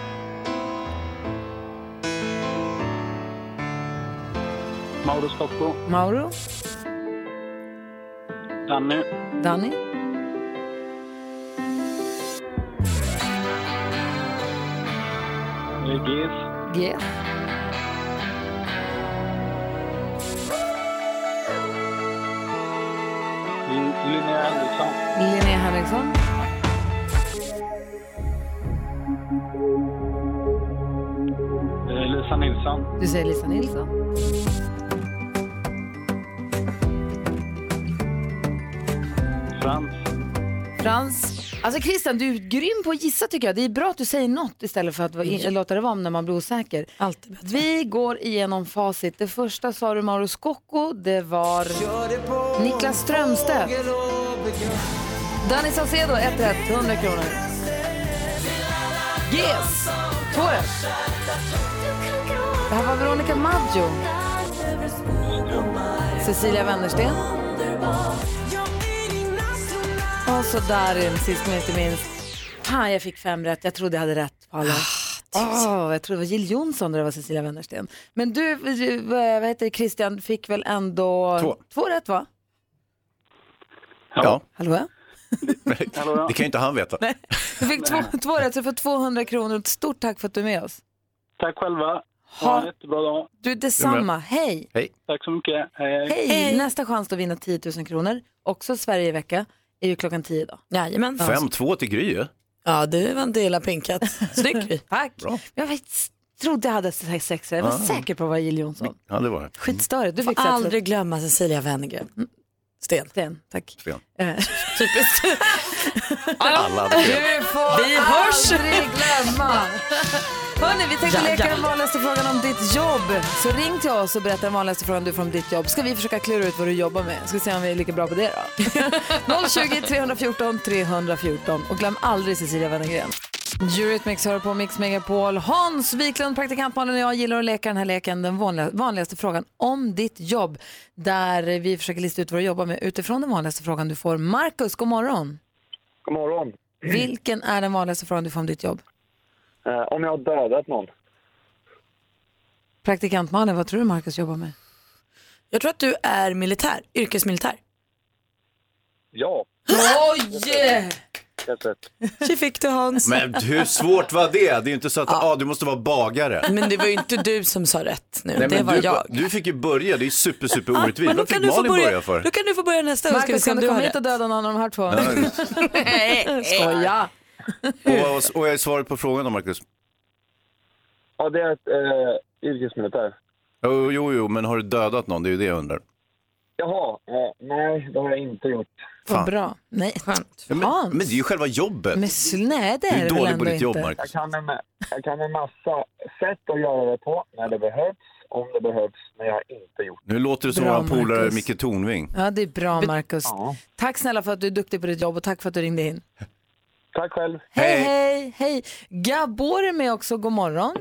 S9: Mauro Scocco,
S1: Mauro,
S9: Danny,
S1: Danny,
S9: Gis,
S1: G,
S9: Linnea Henriksson,
S1: Linnea Henriksson,
S9: eh, Lisa Nilsson,
S1: du säger Lisa Nilsson.
S9: Frans,
S1: Frans. Alltså Christian, du är grym på att gissa tycker jag. Det är bra att du säger något istället för att vara- låta det vara när man blir osäker.
S2: Mm. Alltid bättre.
S1: Vi går igenom facit. Det första sa du Mauro Scocco, det var Niklas Strömstedt. Danny Saucedo, 1 rätt, 100 kronor. Yes, 2 rätt. Det här var Veronica Maggio. Cecilia Wennersten. Och så Darin, sist men inte minst. Fan, jag fick fem rätt. Jag trodde jag hade rätt på alla. Åh, jag tror det var Jill Johnson och det var Cecilia Wennersten. Men du, eh, vad heter det, Christian, fick väl ändå
S3: Två.
S1: rätt va?
S3: Ja,
S1: Hallå?
S3: det kan ju inte han veta.
S1: Du fick två, två rätt så du får 200 kronor. Ett stort tack för att du är med oss.
S9: tack själva. Ha en jättebra dag.
S1: Du, detsamma. Hej.
S9: Tack så mycket. Hej, hej.
S1: Hej. Nästa chans att vinna 10 000 kronor, också Sverige i vecka, är ju klockan 10 idag.
S2: Jajamän.
S3: 5-2 till Gry ju.
S2: Ja, du var en del av pinkat. Snygg Gry.
S1: Tack.
S3: Bra.
S1: Jag vet, trodde jag hade sex rätt. Jag var
S3: Ah.
S1: säker på vad Jill Johnson.
S3: Ja, det var det.
S1: Skitstörigt. Du
S2: Får
S1: fick sex rätt.
S2: aldrig glömma Cecilia Wennergren. Sten.
S1: Sten. Tack.
S3: Sten.
S1: Eh.
S2: Typiskt.
S3: Alla hade fel.
S1: Du får
S2: Vi hörs.
S1: aldrig glömma. Hörni, vi tänkte
S2: Ja,
S1: leka
S2: ja.
S1: den vanligaste frågan om ditt jobb. Så ring till oss och berätta den vanligaste frågan du får om ditt jobb. Ska vi försöka klura ut vad du jobbar med. Ska vi se om vi är lika bra på det då. 020 314 314. Och glöm aldrig Cecilia Wennergren. Eurythmics hör på Mix Megapol. Hans Wiklund, praktikantmannen och jag gillar att leka den här leken, den vanliga- vanligaste frågan om ditt jobb. Där vi försöker lista ut vad du jobbar med utifrån den vanligaste frågan du får. Markus, god morgon.
S12: God morgon.
S1: Vilken är den vanligaste frågan du får om ditt jobb?
S12: Eh, om jag har dödat någon?
S1: Praktikantmannen, vad tror du Markus jobbar med?
S2: Jag tror att du är militär, yrkesmilitär.
S12: Ja,
S1: Oj!
S12: helt rätt.
S2: Tji fick du Hans.
S3: Men hur svårt var det? Det är ju inte så att ah, du måste vara bagare.
S2: Men det var ju inte du som sa rätt nu,
S3: Nej,
S2: det
S3: men
S2: var
S3: du,
S2: jag.
S3: du fick ju börja, det är ju super, super
S2: Ja,
S3: orättvist.
S2: då
S3: Vad fick
S2: kan du få
S3: Malin börja för?
S2: Då kan du få börja nästa gång, ska vi
S1: Markus,
S2: se
S1: kan
S2: om
S1: du
S2: du har
S1: komma hit och
S2: rätt.
S1: döda någon av de här två?
S2: Skoja.
S1: Skoja!
S3: Och, och, och jag är svaret på frågan då, Marcus?
S12: Ja, det är ett eh, yrkesmilitär.
S3: Jo, jo, jo, men har du dödat någon? Det är ju det jag undrar.
S12: Jaha, eh, nej, det har jag inte gjort.
S1: Vad bra. Nej,
S3: Ja,
S1: Hans.
S3: Men, men det är ju själva jobbet.
S1: men snä, det är
S3: Du är
S1: det väl
S3: dålig på
S1: ändå
S3: ditt jobb,
S1: inte?
S3: Marcus.
S12: Jag kan, en, jag kan en massa sätt att göra det på när det behövs. om det behövs, men jag har inte gjort
S3: Nu låter det som
S12: Bra,
S3: vår polare
S12: Marcus.
S3: Micke Tornving.
S1: Ja, det är bra Markus.
S12: Ja.
S1: Tack snälla för att du är duktig på ditt jobb och tack för att du ringde in.
S12: Tack själv.
S1: Hej, hej, hej. Gabor är med också, god morgon.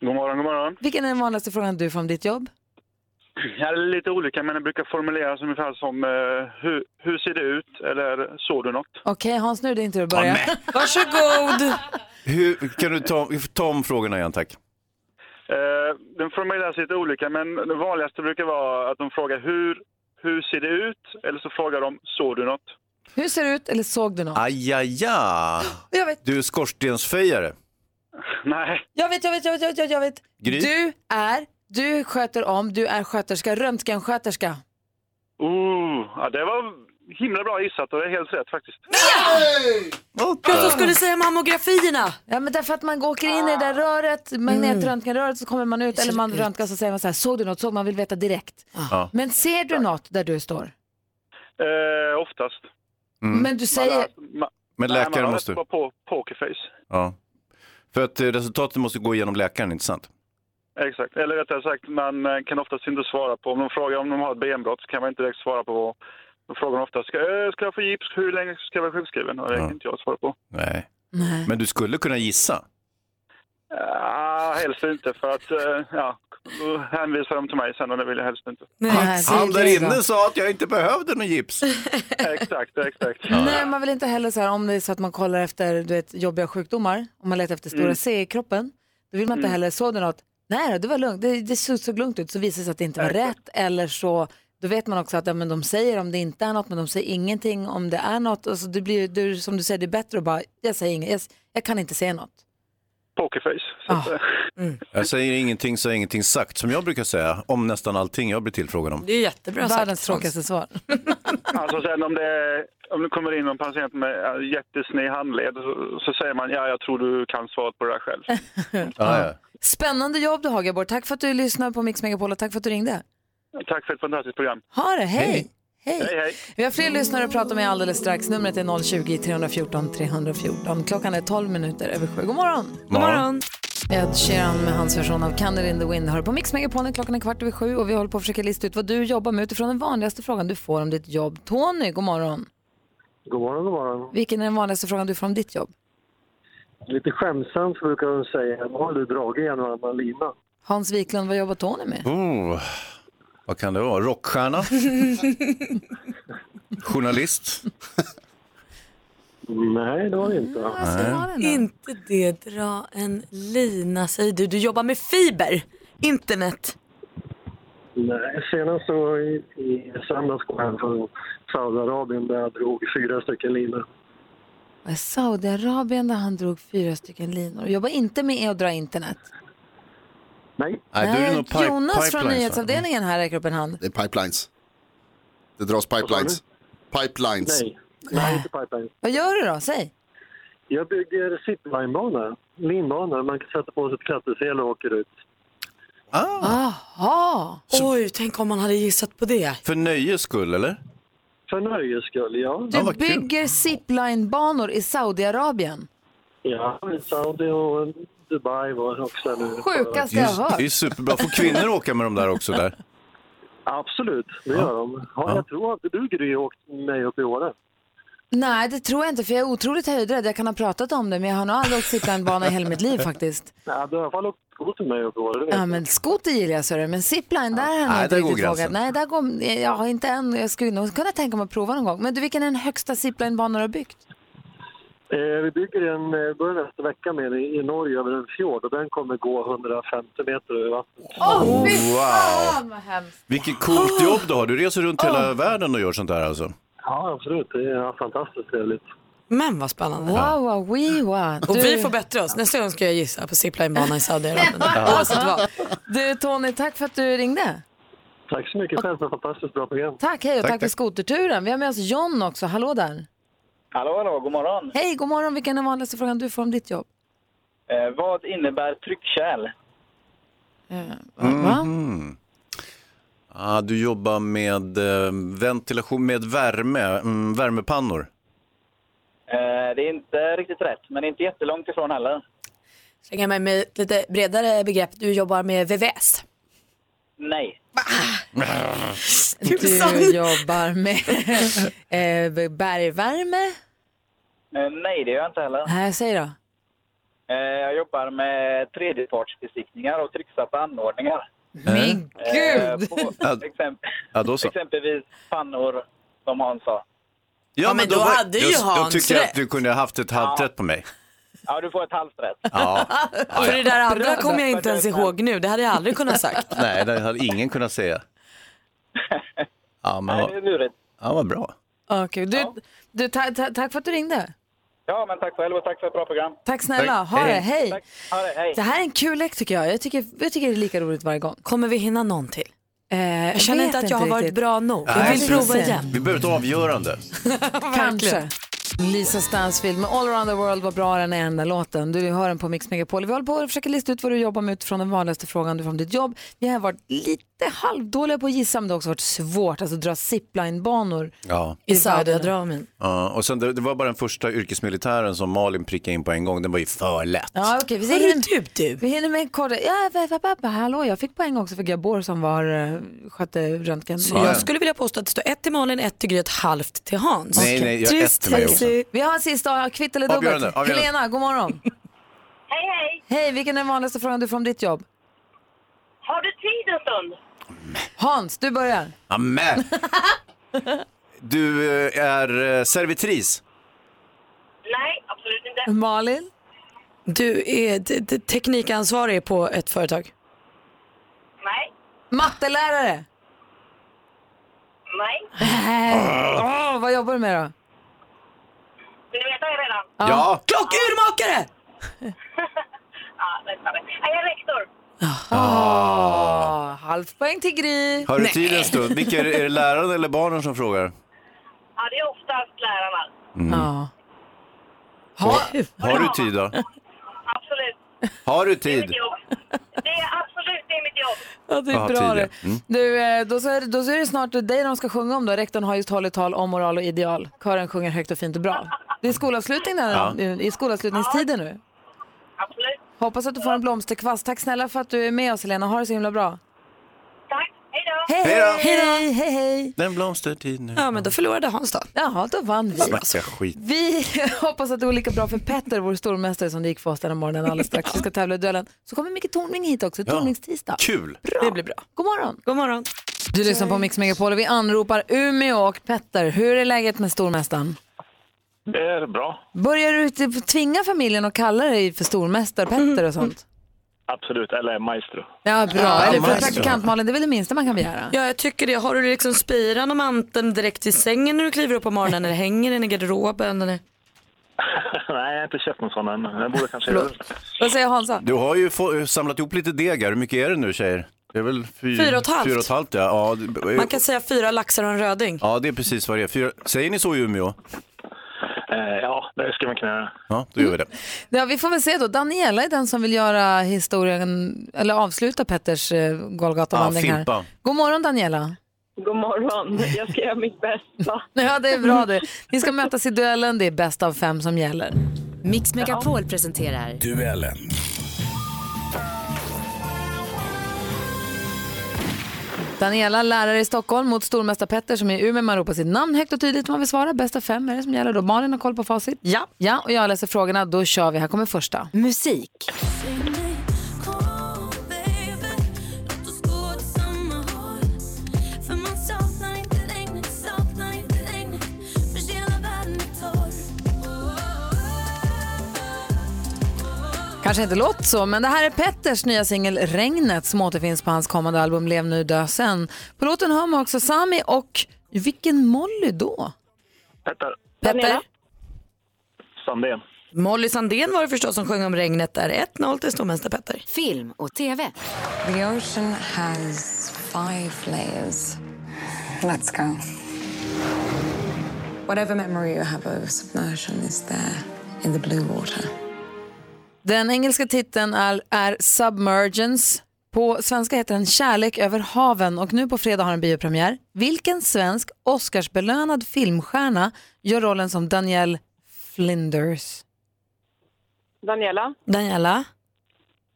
S13: God morgon, god morgon.
S1: Vilken är den vanligaste frågan du får om ditt jobb?
S13: Ja, det är lite olika, men det brukar formuleras ungefär som eh, hur, hur ser det ut eller såg du något?
S1: Okej Hans, nu är det inte du att börja.
S5: Varsågod!
S3: Hur, kan du ta, ta om frågorna igen tack?
S13: Eh, den formuleras lite olika, men det vanligaste brukar vara att de frågar hur, hur ser det ut? Eller så frågar de såg du något?
S1: Hur ser det ut eller såg du något?
S3: Ajaja!
S1: Jag vet.
S3: Du är skorstensfejare.
S13: Nej.
S1: Jag vet, jag vet, jag vet, jag vet, jag vet.
S3: Gry?
S1: Du är, du sköter om, du är sköterska, röntgensköterska.
S13: Oh, ja, det var himla bra gissat och det är helt rätt faktiskt.
S2: Jag så skulle säga mammografierna. Ah. Mm.
S1: Ja men därför att man åker in i det där röret, magnetröntgenröret, så kommer man ut eller man röntgas och säger man så här, såg du något? Såg man vill veta direkt.
S13: Ja.
S1: Men ser du något där du står?
S13: Eh, oftast.
S1: Men du säger,
S13: Ma- Nej,
S3: Men läkaren
S13: man har
S3: måste-
S13: rätt att vara på pokerface.
S3: Ja. För att eh, resultatet måste gå igenom läkaren, inte sant?
S13: Exakt, eller rättare sagt man eh, kan oftast inte svara på, om de frågar om de har ett benbrott så kan man inte direkt svara på. De frågar oftast, ska, eh, ska jag få gips, hur länge ska jag vara sjukskriven? Och det kan inte jag svara på.
S3: Nej. Men du skulle kunna gissa.
S13: Ah, helst inte för att, eh, ja, då hänvisar de till mig sen och det vill jag helst inte.
S1: Nej,
S3: Han
S1: det är
S3: där
S1: det då.
S3: inne sa att jag inte behövde någon gips.
S13: exakt, exakt.
S1: nej man vill inte heller så här om det är så att man kollar efter du vet, jobbiga sjukdomar, om man letar efter stora
S13: Mm.
S1: C i kroppen, då vill man inte
S13: Mm.
S1: heller, såg du något? Nej då, det var lugnt, det, det såg, såg lugnt ut, så visar det sig att det inte var rätt eller så, då vet man också att ja, men de säger om det inte är något, men de säger ingenting om det är något. Alltså, det blir, ju- det, är som du säger, det är bättre att bara, jag säger inget, jag, jag kan inte säga något.
S13: Pokerface. Så att, eh,
S3: Jag säger ingenting så är ingenting sagt, som jag brukar säga om nästan allting jag blir tillfrågad om.
S13: Det är jättebra sagt,
S1: Världens tråkigaste svar.
S13: Alltså sen om det, är- om det kommer in någon patient med eh, jättesned handled så, så säger man, ja jag tror du kan svaret på det här själv.
S1: Spännande jobb du har Gaborg, tack för att du lyssnar på Mix Megapol och tack för att du ringde.
S13: Tack för ett fantastiskt program.
S1: Ha det, hej!
S13: Hej.
S1: Hej.
S13: Hej, hej.
S1: Vi har fler lyssnare att prata med alldeles strax. Numret är 020-314 314. Klockan är 12 minuter över sju. God morgon!
S2: God morgon.
S1: Ed Sheeran med hans version av Candle in the Wind hör på Mix Megapolen. Klockan är kvart över sju och vi håller på att försöka lista ut vad du jobbar med utifrån den vanligaste frågan du får om ditt jobb. Tony, god morgon!
S12: God morgon, god morgon.
S1: Vilken är den vanligaste frågan du får om ditt jobb?
S12: Lite skämtsamt brukar de säga, vad har du dragit i en och annan lina?
S1: Hans Wiklund, vad jobbar Tony med?
S3: Oh, vad kan det vara? Rockstjärna? Journalist?
S12: Nej, det var det
S2: Mm,
S12: inte.
S2: alltså, Inte det, dra en lina säger du. Du jobbar med fiber, internet.
S12: Nej, senast så var jag i, i söndags kom jag hem från Saudiarabien där jag drog fyra stycken linor.
S1: Vad är Saudiarabien där han drog fyra stycken linor. Jobbar inte med att dra internet.
S12: Nej.
S8: Nej, då är det nog pipe-
S1: Jonas från
S8: pipelines, va?
S1: nyhetsavdelningen här räcker upp en hand.
S8: Det är pipelines. Det dras pipelines. Pipelines.
S12: Nej, nej inte pipeline.
S1: Vad gör du då? Säg.
S12: Jag bygger ziplinebanor, linbanor. Man kan sätta på sig ett klätterfel och åker ut.
S3: Ah.
S1: Aha!
S2: Oj, tänk om man hade gissat på det.
S3: För nöjes skull, eller?
S12: För nöjes skull, ja.
S1: Du bygger ziplinebanor i Saudiarabien.
S12: Ja, i Saudi och Dubai var det också nu.
S1: Sjukaste jag hört.
S3: Det är superbra. Får kvinnor åka med de där också? där?
S12: Absolut, det gör de. Ja, Jag tror att du Gry har åkt med mig upp i Åre.
S1: Nej, det tror jag inte för jag är otroligt höjdrädd. Jag kan ha pratat om det men jag har nog aldrig åkt ziplinebana i hela mitt liv faktiskt.
S12: Ja, du har i alla fall åkt skoter med mig upp i Åre. det vet
S1: Ja, men skoter gillar jag Sörre, men zipline där har jag
S12: Nej,
S1: nog inte
S12: där går
S1: riktigt vågat.
S12: gränsen.
S1: Nej, där går, jag har inte än. Jag skulle nog kunna tänka mig att prova någon gång. Men du, vilken är den högsta ziplinebanan du har byggt?
S12: Eh, vi bygger en, eh, börjar nästa vecka med den i Norge över en fjord och den kommer gå 150 meter över vattnet.
S1: Oh,
S3: Wow!
S1: vad hemskt.
S3: Vilket coolt jobb du har. Du reser runt hela världen och gör sånt där alltså.
S12: Ja, absolut. Det är fantastiskt trevligt.
S2: Men vad spännande.
S1: Wow, wow, wee, wow.
S2: Och
S1: Du-
S2: vi får bättre oss. Nästa gång ska jag gissa på ziplinebana i Saudiarabien. Oavsett vad.
S1: Du Tony, tack för att du ringde.
S12: Tack så mycket själv för ett fantastiskt bra program.
S1: Tack, hej och tack, för skoterturen. Vi har med oss John också. Hallå där.
S14: Hallå, hallå, god morgon.
S1: Hej, god morgon. Vilken är den vanligaste frågan du får om ditt jobb?
S14: Eh, vad innebär tryckkärl?
S3: Mhm. Ah, du jobbar med eh, ventilation, med värme, mm, värmepannor.
S14: Eh, det är inte riktigt rätt, men inte jättelångt ifrån heller.
S2: Slänga mig med ett lite bredare begrepp. Du jobbar med VVS.
S14: Nej.
S1: Du jobbar med eh, bergvärme.
S14: Eh, Nej, det gör jag inte heller.
S1: Nej, säg då.
S14: Eh, Jag jobbar med tredjepartsbesiktningar och trycksatta anordningar.
S1: Men
S14: gud! Eh, På, exempel,
S3: Ja, då så.
S14: exempelvis pannor, som Hans sa.
S3: Ja,
S14: men då hade ju
S3: just, Då
S14: Hans
S3: tycker jag
S14: rätt.
S3: att du kunde ha haft ett halvt rätt på mig.
S14: Ja, du får ett halvt rätt.
S3: Ja.
S5: För det där andra kommer jag inte ens ihåg nu. Det hade jag aldrig kunnat sagt.
S3: Nej, det hade ingen kunnat säga. Ja, men
S14: Nej, det är
S3: vad,
S14: lurigt.
S3: ja, vad bra.
S1: Okay. Du, du, ta, ta, tack för att du ringde.
S14: Ja, men tack själv och tack för ett bra program.
S1: Tack snälla.
S14: Tack.
S1: Ha
S14: Hej.
S1: det. Hej.
S14: Tack. Ha det, hej.
S1: Det här är en kul lek tycker jag. Jag tycker, jag tycker det är lika roligt varje gång.
S2: Kommer vi hinna någon till?
S1: Eh,
S2: Jag känner
S1: vet
S2: inte att jag har varit
S1: riktigt.
S2: bra nog. Jag
S3: Nej,
S2: vill
S3: vi-
S2: prova igen.
S3: Vi behöver ett avgörande.
S1: Kanske. Lisa Stansfield med All around the world, vad bra den är den där låten. Du hör den på Mix Megapol. Vi håller på och försöker lista ut vad du jobbar med utifrån den vanligaste frågan du får om ditt jobb. Vi har varit lite halvdåliga på att gissa men det har också varit svårt, alltså dra zipline-banor.
S3: Ja.
S1: I
S2: Saudiarabien.
S3: Ja, och sen det, det var bara den första yrkesmilitären som Malin prickade in på en gång. Den var ju för lätt.
S1: Ja, okej. Vi, hinner, vi hinner med en kort... Ja, va, va, va, va, hallå, jag fick poäng också för Gabor som var, eh, skötte röntgen.
S2: Så jag skulle vilja påstå att det står ett till Malin, ett till Gry, ett halvt till Hans.
S3: Nej, nej, jag har ett till mig också.
S1: Vi har en sista, kvitt eller dubbelt.
S3: Avgörande, avgörande.
S1: Helena, god morgon.
S15: Hej, hej!
S1: Hej, vilken är den vanligaste frågan du får om ditt jobb?
S15: Har du tid en stund?
S1: Hans, du börjar.
S3: Amen. Du eh, är eh, servitris.
S15: Nej, absolut inte.
S1: Malin?
S2: Du är d- d- teknikansvarig på ett företag.
S15: Nej,
S1: Mattelärare?
S15: nej.
S1: Nej. Äh, Åh, vad jobbar du med då?
S15: Vill du veta redan?
S3: Ja.
S2: Klockurmakare!
S15: Ja, vänta. Nej, jag är rektor.
S1: Ah. Halvt poäng till Gry.
S3: Har du tid en stund? Vilka är, det- är det läraren eller barnen som frågar?
S15: Ja, det är oftast
S1: Ja.
S15: lärarna.
S3: Har, har du tid då?
S15: Absolut.
S3: Har du
S15: Det är
S3: tid?
S15: mitt jobb. Det är absolut det är mitt jobb.
S1: Ja, det är
S3: Aha,
S1: bra det.
S3: tidigare. Mm.
S1: Du, eh, då, så är, då så är det snart dig de ska sjunga om då. Rektorn har just hållit tal om moral och ideal. Kören sjunger högt och fint och bra. Det är skolavslutning där,
S15: Ja.
S1: nu, i skolavslutningstiden nu.
S15: Absolut.
S1: Hoppas att du får en blomsterkvast. Tack snälla för att du är med oss Helena. Ha det så himla bra.
S15: Tack. Hej då.
S1: Hej,
S3: Hej då.
S1: hej, hej, hej.
S3: Den blomstertid nu.
S2: Ja, men då förlorade Hans då.
S1: Jaha, då vann vi.
S3: Snacka skit.
S1: Vi hoppas att det går lika bra för Petter, vår stormästare som det gick för oss den här morgonen alldeles strax. Vi ska tävla i duellen. Så kommer Micke Tornving hit också, Tornvingstisdag.
S3: Kul!
S1: Bra. Det blir bra. God morgon.
S2: God morgon.
S1: Du lyssnar på Mix Megapol och vi anropar Umeå och Petter. Hur är läget med stormästaren?
S13: Det är bra.
S1: Börjar du typ tvinga familjen att kalla dig för stormästare, Petter och sånt?
S13: Absolut, eller maestro.
S1: Ja, bra.
S13: Ja,
S1: Eller för
S13: maestro.
S1: praktikantmalen, det är väl det minsta man kan begära?
S2: Ja, jag tycker det. Har du liksom spiran och manteln direkt i sängen när du kliver upp på morgonen? Eller hänger den i garderoben? Eller?
S13: Nej, jag har inte köpt någon sån än. Jag borde kanske göra det.
S1: Vad säger Hansa?
S3: Du har ju få, samlat ihop lite deg här. Hur mycket är det nu tjejer? Det är väl fy,
S2: Fyra och ett halvt.
S3: Fyra och ett halvt ja. Ja, det-
S2: Man kan säga fyra laxar och en röding.
S3: ja, det är precis vad det är. Fyra, säger ni så i Umeå?
S13: Eh, Ja, det ska man kunna göra.
S3: Ja, då gör vi det.
S1: Ja, vi får väl se då. Daniela är den som vill göra historien, eller avsluta Petters eh, Golgatavandring
S16: Ja,
S1: här.
S16: fimpa.
S1: God morgon Daniela.
S16: God morgon. Jag ska göra mitt bästa.
S1: Ja, det är bra det. Ni ska mötas i duellen, det är bäst av fem som gäller.
S10: Mix Megapol presenterar
S17: Duellen.
S1: Daniela, lärare i Stockholm mot stormästare Petter som är i Umeå. Man ropar sitt namn högt och tydligt om man vill svara. Bästa fem är det som gäller då. Malin har koll på facit. Ja. Ja, och jag läser frågorna. Då kör vi. Här kommer första. Musik. Kanske inte låter så, men det här är Petters nya singel Regnet som återfinns på hans kommande album Lev nu, dö sen. På låten hör man också Sami och vilken Molly då?
S13: Petter
S1: Petter?
S13: Sandén.
S2: Molly Sandén var det förstås som sjöng om regnet där. 1-0 till stormästare Petter.
S10: film och tv.
S18: The ocean has five layers. Let's go. Whatever memory you have of submersion is there in the blue water.
S1: Den engelska titeln är, är Submergence. På svenska heter den Kärlek över haven och nu på fredag har den biopremiär. Vilken svensk Oscarsbelönad filmstjärna gör rollen som Danielle Flinders?
S16: Daniela?
S2: Daniela?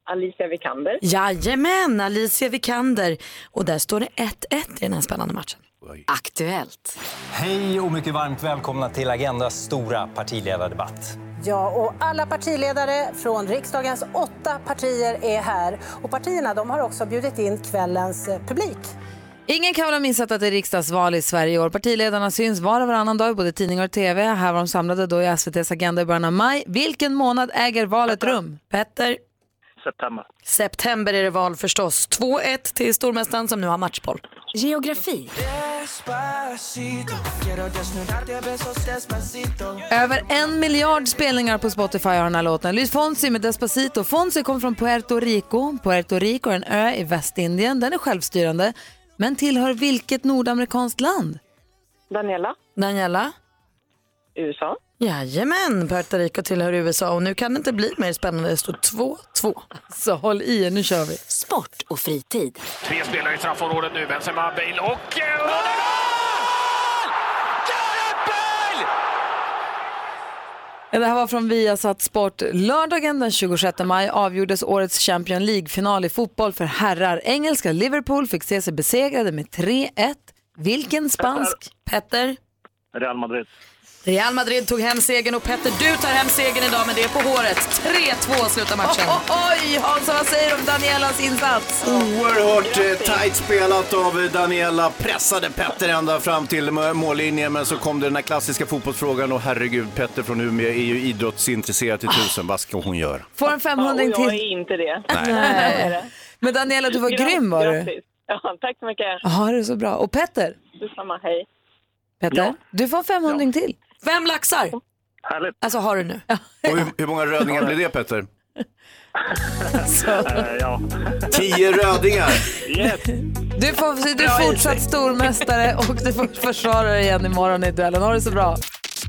S16: Alicia Vikander.
S2: Jajamän, Alicia Vikander. Och där står det 1-1 i den här spännande matchen.
S17: Aktuellt. Hej och mycket varmt välkomna till Agendas stora partiledardebatt.
S19: Ja, och alla partiledare från riksdagens åtta partier är här. Och partierna de har också bjudit in kvällens eh, publik.
S1: Ingen kan väl ha missat att det är riksdagsval i Sverige i år. Partiledarna syns var och varannan dag i både tidningar och tv. Här var de samlade då i SVTs Agenda i början av maj. Vilken månad äger valet rum?
S2: Petter,
S20: September.
S2: september är det val förstås. 2-1 till stormästaren som nu har matchboll.
S10: Geografi.
S1: Över en miljard spelningar på Spotify har den här låten. Luis Fonsi med Despacito. Fonsi kom från Puerto Rico. Puerto Rico är en ö i Västindien. Den är självstyrande, men tillhör vilket nordamerikanskt land?
S16: Daniela,
S2: Daniela?
S16: USA.
S2: Jajamän, Puerto Rico tillhör USA och nu kan det inte bli mer spännande. Det står 2-2.
S1: Så håll i er, nu kör vi.
S2: Sport och fritid.
S21: Tre spelare i straffområdet nu. Benzema, Bale och... eh,
S1: Ja, Det här var från Viasat Sport. Lördagen den 26 maj avgjordes årets Champions League-final i fotboll för herrar. Engelska Liverpool fick se sig besegrade med 3-1. Vilken spansk?
S2: Petter?
S20: Real Madrid.
S2: Real Madrid tog hem segern och Petter, du tar hem segern idag men det är på håret. 3-2 slutar matchen.
S1: Oj, Hansson, vad säger du om Danielas insats?
S3: Oerhört eh, tajt spelat av eh, Daniela. Pressade Petter ända fram till m- mållinjen, men så kom det den här klassiska fotbollsfrågan och herregud, Petter från Umeå är ju idrottsintresserad till tusen. Vad ska hon göra?
S1: Får en 500
S16: Ja, och jag
S1: till.
S16: är inte det.
S3: Nej.
S1: Nej. Men Daniela, du var
S16: Grattis,
S1: grym var du.
S16: grattis. Ja, tack så mycket.
S1: Ja, det är så bra. Och Petter,
S16: Detsamma, hej.
S1: Petter du får 500 till.
S2: Fem laxar!
S20: Härligt.
S2: Alltså har du nu.
S3: Och hur, hur många rödingar blir det Petter?
S20: Eh, ja.
S3: Tio rödingar!
S20: Yes.
S1: Du, får, du är fortsatt stormästare och du får försvara dig igen imorgon i duellen. Ha det så bra.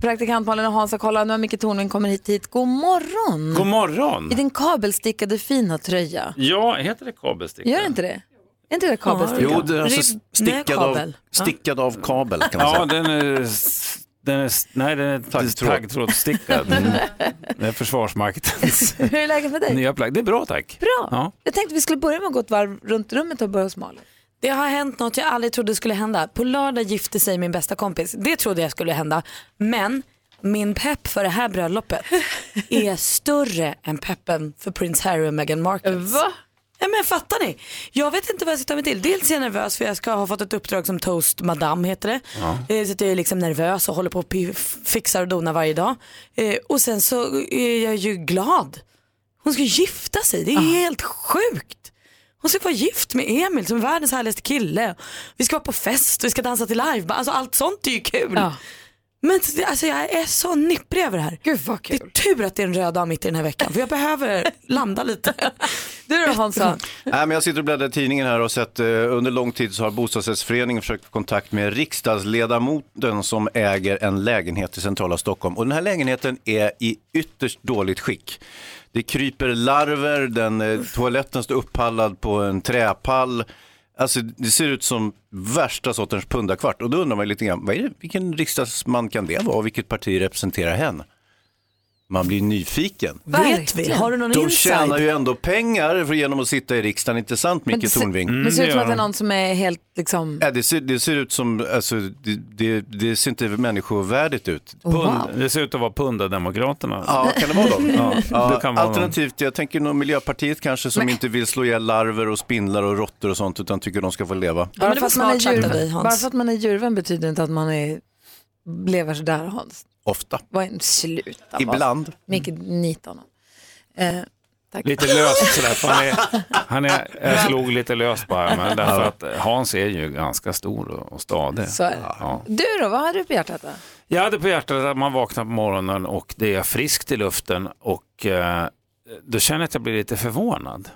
S1: Praktikant Malin och Hansa, kolla nu har Micke Tornving kommer hit, hit. God morgon!
S6: God morgon!
S1: I din kabelstickade fina tröja.
S6: Ja, heter det kabelsticka?
S1: Gör inte det? Är inte det kabelsticka?
S3: Jo, det är alltså
S1: Ribb-
S3: stickad
S1: Nej,
S3: av,
S1: kabel. Ja.
S3: stickad av kabel kan man säga.
S6: Ja, den är, s- den är, s- nej, den är
S3: Taggtråd.
S6: taggtrådsstickad.
S1: Mm.
S6: Det är Försvarsmaktens
S1: Hur är läget med dig?
S6: nya plagg. Det är bra tack.
S1: Bra.
S6: Ja.
S1: Jag tänkte vi skulle börja med att gå ett varv runt rummet och börja hos Malin.
S2: Det har hänt något jag aldrig trodde skulle hända. På lördag gifte sig min bästa kompis. Det trodde jag skulle hända. Men min pepp för det här bröllopet är större än peppen för prins Harry och Meghan Markle. Va? Ja, men fattar ni? Jag vet inte vad jag ska ta mig till. Dels är jag nervös för jag ska ha fått ett uppdrag som toast madame heter det.
S22: Ja.
S2: Eh, Så att jag är liksom nervös och håller på och pi- fixar och donar varje dag. Eh, Och sen så är jag ju glad. Hon ska gifta sig,
S1: Ah.
S2: det är helt sjukt. Hon ska vara gift med Emil som är världens härligaste kille. Vi ska vara på fest, vi ska dansa till live. Alltså, allt sånt är ju kul. Men det- alltså, jag är så nipprig över det här.
S1: Gud vad kul.
S2: Det är tur att det är en röd dag mitt i den här veckan för jag behöver landa lite.
S1: Du då Hansa?
S3: Nej, men jag sitter och bläddrar i tidningen här och sett eh, under lång tid så har bostadsrättsföreningen försökt få kontakt med riksdagsledamoten som äger en lägenhet i centrala Stockholm. Och den här lägenheten är i ytterst dåligt skick. Det kryper larver, den, eh, toaletten står uppallad på en träpall. Alltså det ser ut som värsta sortens pundakvart. Och då undrar man ju lite grann, vad är det, vilken riksdagsman kan det vara och vilket parti representerar hen? Man blir nyfiken.
S2: Vet vi? Har du någon
S3: De
S2: inside?
S3: tjänar ju ändå pengar för genom att sitta i riksdagen, inte sant
S1: Men det
S3: Micke
S1: ser-
S3: Tornving? Mm,
S1: Men det ser
S6: Mm,
S1: ut som att det är någon som är helt liksom...
S3: Ja, det, ser, det ser ut som, alltså, det, det, det ser inte människovärdigt ut.
S1: Oh,
S6: Pund, det ser ut att vara Pundademokraterna.
S3: Ja, kan det vara dem?
S6: Ja,
S3: Ja,
S6: det kan vara dem.
S3: alternativt, jag tänker nog Miljöpartiet kanske som inte vill slå ihjäl larver och spindlar och råttor och sånt utan tycker de ska få leva.
S1: Bara för, att man är
S2: smart sagt av
S1: djurvän,
S2: dig, Hans.
S1: bara för att man är djurvän betyder inte att man är, lever sådär Hans.
S3: Ofta.
S1: Vad en sluta. vad-
S3: Ibland.
S1: Micke, nita honom. Eh, tack.
S6: Lite löst sådär, för han är, han är, jag slog lite löst bara, men därför att Hans är ju ganska stor och och stadig.
S1: Så är det.
S6: Ja.
S1: Du då, vad hade du på hjärtat? Då?
S6: Jag hade på hjärtat att man vaknar på morgonen och det är friskt i luften och eh, då känner jag att jag blir lite förvånad.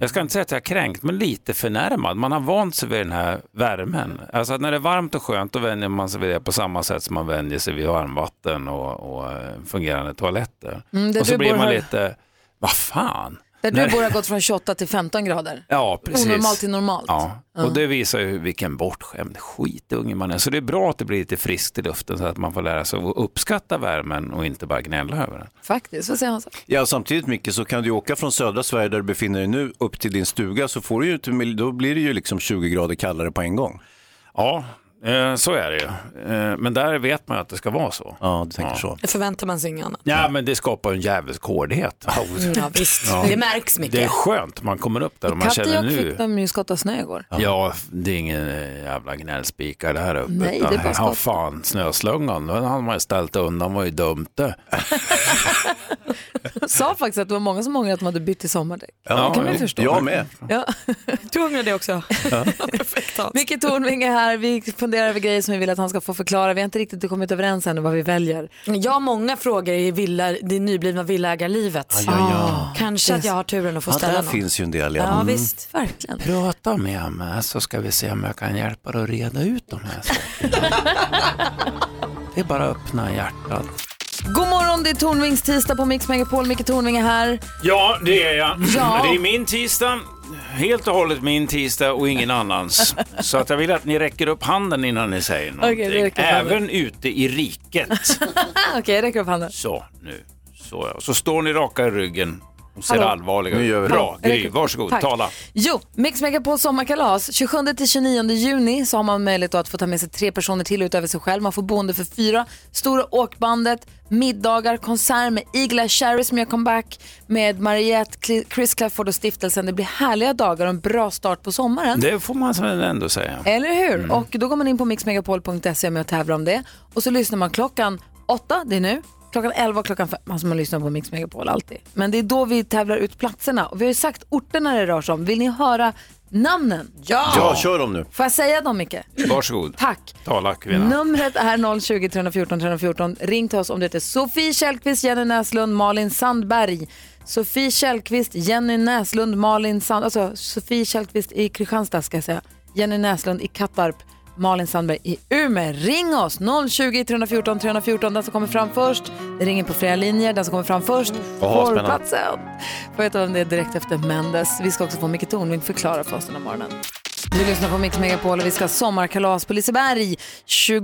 S6: Jag ska inte säga att jag är kränkt, men lite förnärmad. Man har vant sig vid den här värmen. Alltså att när det är varmt och skönt, då vänjer man sig vid det på samma sätt som man vänjer sig vid varmvatten och, och eh, fungerande toaletter.
S1: Mm, det
S6: och så
S1: du
S6: blir
S1: bor
S6: man
S1: har-
S6: lite, vad fan,
S1: Där du
S6: Nej.
S1: bor har gått från 28 till 15 grader.
S6: Ja, precis.
S1: Onormalt till normalt.
S6: Ja,
S1: Ja.
S6: och det visar ju vilken bortskämd skitunge man är. Så det är bra att det blir lite friskt i luften så att man får lära sig att uppskatta värmen och inte bara gnälla över den.
S1: Faktiskt, vad säger Hansa?
S3: Ja, samtidigt Micke så kan du ju åka från södra Sverige där du befinner dig nu upp till din stuga så får du ju, inte mil- då blir det ju liksom 20 grader kallare på en gång.
S6: Ja, eh, så är det ju. Eh, men där vet man ju att det ska vara så.
S3: Ja, du tänker så.
S2: Det förväntar man sig inget annat.
S6: Ja, men det skapar ju en jävligt hårdhet.
S2: Ja, visst. Det märks mycket.
S6: Det är skönt, man kommer upp där och man känner
S1: Kattajokk
S6: nu.
S1: fick de ju skotta snö igår.
S6: Ja, det är ingen eh, jävla gnällspikar där uppe.
S1: Nej,
S6: utan
S1: det är bara
S6: ja,
S1: skott.
S6: fan, snöslungan, den hade man ju ställt undan, var ju dumt det.
S1: De sa faktiskt att det var många som ångrade att de hade bytt till sommardäck.
S6: Ja,
S1: det kan man ju
S6: jag-
S1: förstå.
S6: jag med.
S1: Ja.
S2: Du ångrar det också?
S6: Ja.
S1: Micke Tornving är här, vi funderar över grejer som vi vill att han ska få förklara. Vi har inte riktigt kommit överens ännu vad vi väljer.
S2: Jag har många frågor i villa, det nyblivna villaägarlivet. Ah,
S3: Ja, ja, ja.
S2: Kanske att jag har turen att få
S6: Ja,
S2: ställa
S6: där
S2: någon.
S6: finns
S3: ju en del,
S2: ja.
S6: ja.
S2: Ja,
S6: Mm.
S2: visst. Verkligen.
S6: Prata med mig så ska vi se om jag kan hjälpa dig att reda ut de här sakerna. Det är bara att öppna hjärtat.
S1: God morgon, det är Tornvings tisdag på Mix Megapol. Micke Tornving är här.
S6: Ja, det är jag.
S1: Ja.
S6: Det är min tisdag. Helt och hållet min tisdag och ingen annans. Så att jag vill att ni räcker upp handen innan ni säger
S1: Okej, vi
S6: någonting.
S1: räcker upp handen.
S6: Även ute i riket.
S1: Okej, jag räcker upp handen.
S6: Så, nu. Så, ja. så står ni raka i ryggen och ser
S1: Hallå.
S6: allvarliga
S3: Nu
S6: ut.
S3: gör vi det.
S6: Bra,
S1: Ja,
S6: Gry.
S1: räcker-
S6: Varsågod,
S1: Tack.
S6: tala.
S1: Jo, Mix Megapol sommarkalas. 27-29 juni så har man möjlighet att få ta med sig tre personer till utöver sig själv. Man får boende för fyra. Stora åkbandet, middagar, konsert med Igla Cherry som gör comeback, med Mariette, Cl- Chris Clafford och stiftelsen. Det blir härliga dagar och en bra start på sommaren.
S6: Det får man ändå säga. Mm.
S1: Eller hur? Och då går man in på mixmegapol.se med och tävlar om det. Och så lyssnar man klockan åtta, det är nu, klockan elva och klockan fem. Alltså man lyssnar på Mix Megapol alltid. Men det är då vi tävlar ut platserna. Och vi har ju sagt orterna det rör sig om. Vill ni höra namnen?
S3: Ja, kör dem nu.
S1: Får jag säga dem Micke?
S6: Varsågod.
S1: Tack.
S6: Tala kvinna.
S1: Numret är 020 314 314. Ring till oss om det heter Sofie Källqvist, Jenny Näslund, Malin Sandberg. Sofie Källqvist, Jenny Näslund, Malin Sand... Alltså Sofie Källqvist i Kristianstad ska jag säga. Jenny Näslund i Kattarp. Malin Sandberg i Umeå. Ring oss! 020 314 314. Den som kommer fram först. Det ringer på flera linjer. Den som kommer fram först
S23: Jaha,
S1: får
S23: spännande.
S1: platsen. Får veta vem det är direkt efter Mendes. Vi ska också få Micke Tornving förklara för oss den här morgonen. Du lyssnar på Mix Megapol och vi ska ha sommarkalas på Liseberg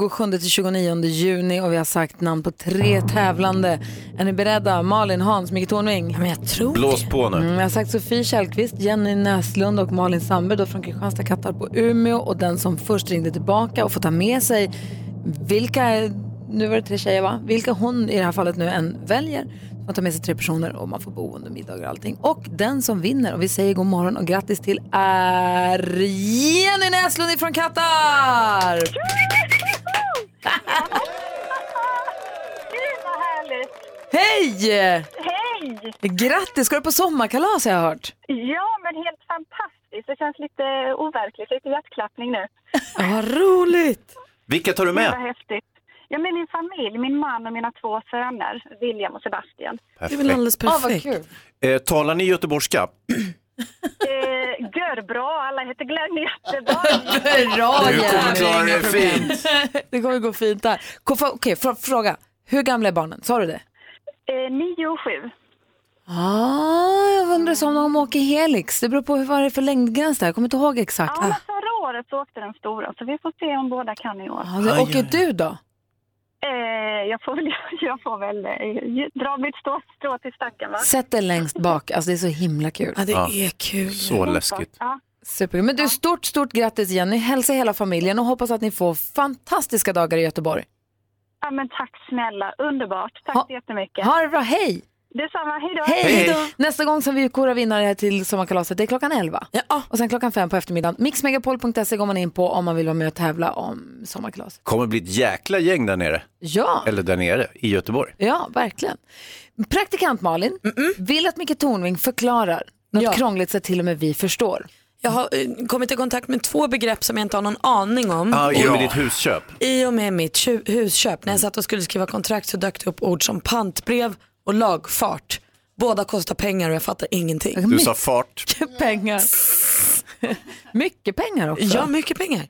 S1: 27-29 juni och vi har sagt namn på tre tävlande. Är ni beredda? Malin, Hans, Micke Tornving? Men jag tror
S3: Blås på nu.
S1: Mm, jag har sagt Sofie Källqvist, Jenny Näslund och Malin Sandberg då från Kristianstad, Kattarp och Umeå och den som först ringde tillbaka och får ta med sig vilka, nu var det tre tjejer va? Vilka hon i det här fallet nu än väljer. Man tar med sig tre personer och man får boende, middagar och allting. Och den som vinner, och vi säger god morgon och grattis till är Jenny Näslund ifrån Kattarp!
S15: Gud vad härligt!
S1: Hej!
S15: Hej!
S1: Grattis, ska du på sommarkalas har jag hört?
S15: Ja, men helt fantastiskt. Det känns lite overkligt. Lite hjärtklappning nu.
S1: Vad roligt!
S3: Vilka tar du
S15: Det
S3: med?
S15: var häftigt. Ja, med min familj, min man och mina två söner, William och Sebastian.
S3: Perfekt. Det är väl alldeles perfekt.
S15: Ja, vad kul.
S3: Eh, talar ni göteborgska?
S15: Eh, gör bra, alla heter Glenn jättebra.
S1: Bra
S3: Du kommer klara dig
S1: fint. det kommer gå fint där. Ko- fa- Okej, fr- fråga. Hur gamla är barnen? Sa du det?
S15: Eh, nio och sju.
S1: Ah, jag undrar så om de åker Helix. Det beror på hur vad det är för längdgräns där. Jag kommer inte ihåg exakt.
S15: Ja, men förra året så åkte den stora, så vi får se om båda kan i år.
S1: Ah, det, åker du då?
S15: Eh, jag får väl, jag får väl eh, dra mitt strå, strå till stacken, va?
S1: Sätt dig längst bak. Alltså det är så himla kul.
S15: Ja, det Ja. är kul.
S3: Så läskigt.
S15: Ja.
S1: Superkul. Men du, stort, stort grattis Jenny. Hälsa hela familjen och hoppas att ni får fantastiska dagar i Göteborg.
S15: ja, men tack snälla. Underbart. Tack så jättemycket.
S1: Ha det bra, hej!
S15: Detsamma. Hej då.
S1: Hej! Nästa gång som vi korar vinnare här till sommarkalaset, det är klockan 11. Och sen klockan 5 på eftermiddagen. Mixmegapol.se går man in på om man vill vara med och tävla om sommarkalaset.
S3: kommer bli ett jäkla gäng där nere.
S1: Ja.
S3: Eller där nere, i Göteborg.
S1: Ja, verkligen. Praktikant Malin vill att Micke Tornving förklarar något krångligt så att till och med vi förstår.
S2: Jag har eh, kommit i kontakt med två begrepp som jag inte har någon aning
S1: Mm.
S2: om.
S3: Ah, ja. Med ditt husköp.
S2: I och med mitt tju- husköp, när jag satt och skulle skriva kontrakt så dök det upp ord som pantbrev och lagfart. Båda kostar pengar och jag fattar ingenting.
S1: Du sa
S3: fart.
S1: Mycket pengar. mycket pengar också.
S2: Ja, mycket pengar.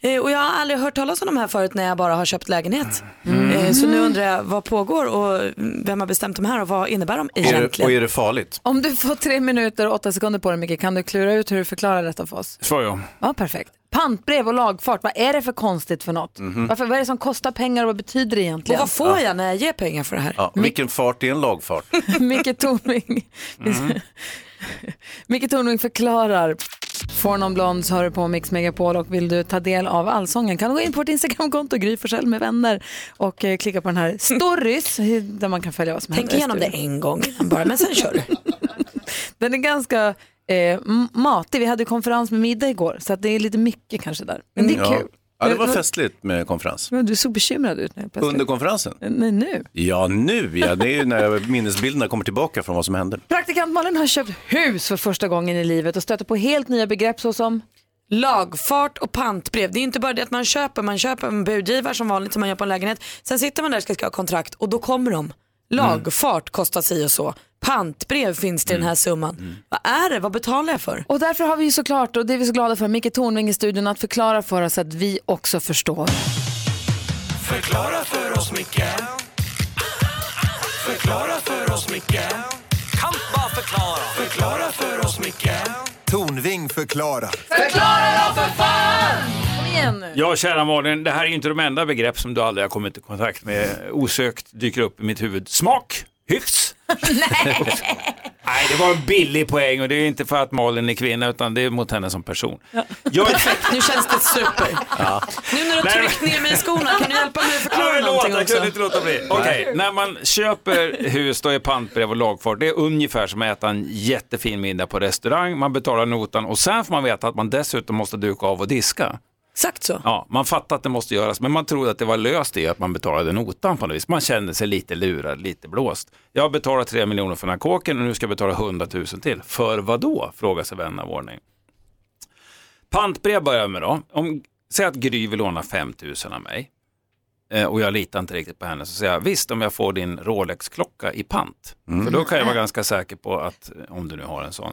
S2: Eh, Och jag har aldrig hört talas om de här förut när jag bara har köpt lägenhet.
S1: Mm.
S2: Eh, Så nu undrar jag vad pågår och vem har bestämt de här och vad innebär de
S3: Är det,
S2: egentligen?
S3: och är det farligt?
S1: Om du får tre minuter och åtta sekunder på dig Micke, kan du klura ut hur du förklarar detta för oss?
S6: Svar ja.
S1: Ja, perfekt. Pantbrev och lagfart, vad är det för konstigt för något?
S3: Mhm.
S1: Varför, vad är det som kostar pengar och vad betyder det egentligen?
S2: Och vad får jag när jag ger pengar för det här?
S3: Ja, vilken fart är en lagfart?
S1: Micke Tornving.
S3: Mhm.
S1: Micke Tornving förklarar. Får någon blond så hör du på Mix Megapol och vill du ta del av allsången kan du gå in på vårt Instagramkonto Gry Forssell med vänner och eh, klicka på den här stories där man kan följa vad som
S2: Tänk
S1: händer i
S2: igenom det
S1: studion.
S2: en gång bara, men sen kör du.
S1: Den är ganska eh, m- matig. Vi hade ju konferens med middag igår så att det är lite mycket kanske där. Men det är
S3: ja.
S1: kul.
S3: ja, det
S1: Men-
S3: var festligt med konferens.
S1: Men du såg bekymrad ut nu plötsligt.
S3: Under konferensen?
S1: Nej, nu.
S3: Ja, nu ja. Det är ju när minnesbilderna kommer tillbaka från vad som hände.
S1: Praktikant Malin har köpt hus för första gången i livet och stöter på helt nya begrepp såsom
S2: Lagfart och pantbrev. Det är inte bara det att man köper, man köper en budgivare som vanligt som man gör på en lägenhet. Sen sitter man där och ska skriva kontrakt och då kommer de. Lagfart kostar si och så. Pantbrev finns det i den här summan. Vad är det? Vad betalar jag för?
S1: Och därför har vi ju såklart, och det är vi så glada för, Micke Tornving i studion att förklara för oss att vi också förstår.
S21: Förklara för oss, Micke. Förklara för oss, Micke. Kan bara förklara. Förklara för oss, Micke.
S11: Tornving förklara.
S1: Förklara då för fan! Kom igen nu.
S6: Ja, kära Malin, det här är ju inte de enda begrepp som du aldrig har kommit i kontakt med. Osökt dyker upp i mitt huvud. Smak, hyfs. Nej, det var en billig poäng och det är inte för att Malin är kvinna utan det är mot henne som person.
S2: Perfekt, nu känns det super.
S6: Ja.
S2: Nu när du har
S6: Nej,
S2: tryckt ner mig i skorna, kan du hjälpa mig att
S6: Ja,
S2: förklara
S6: förlåt,
S2: någonting
S6: jag
S14: alltså,
S6: kunde
S2: också?
S6: inte låta bli. Okej, när man köper hus då är pantbrev och lagfart, det är ungefär som att äta en jättefin middag på restaurang, man betalar notan och sen får man veta att man dessutom måste duka av och diska.
S2: Exakt så.
S6: Ja, man fattar att det måste göras, men man trodde att det var löst i att man betalade notan på något vis. Man kände sig lite lurad, lite blåst. Jag har betalat 3 miljoner för den här kåken och nu ska jag betala 100 000 till. För vad då? Frågar sig vän av ordning. Pantbrev börjar jag med då. Om, säg att Gry vill låna 5 000 av mig eh, och jag litar inte riktigt på henne, så säger jag visst om jag får din Rolex-klocka i pant.
S3: Mm.
S6: För då kan jag vara ganska säker på att, om du nu har en sån,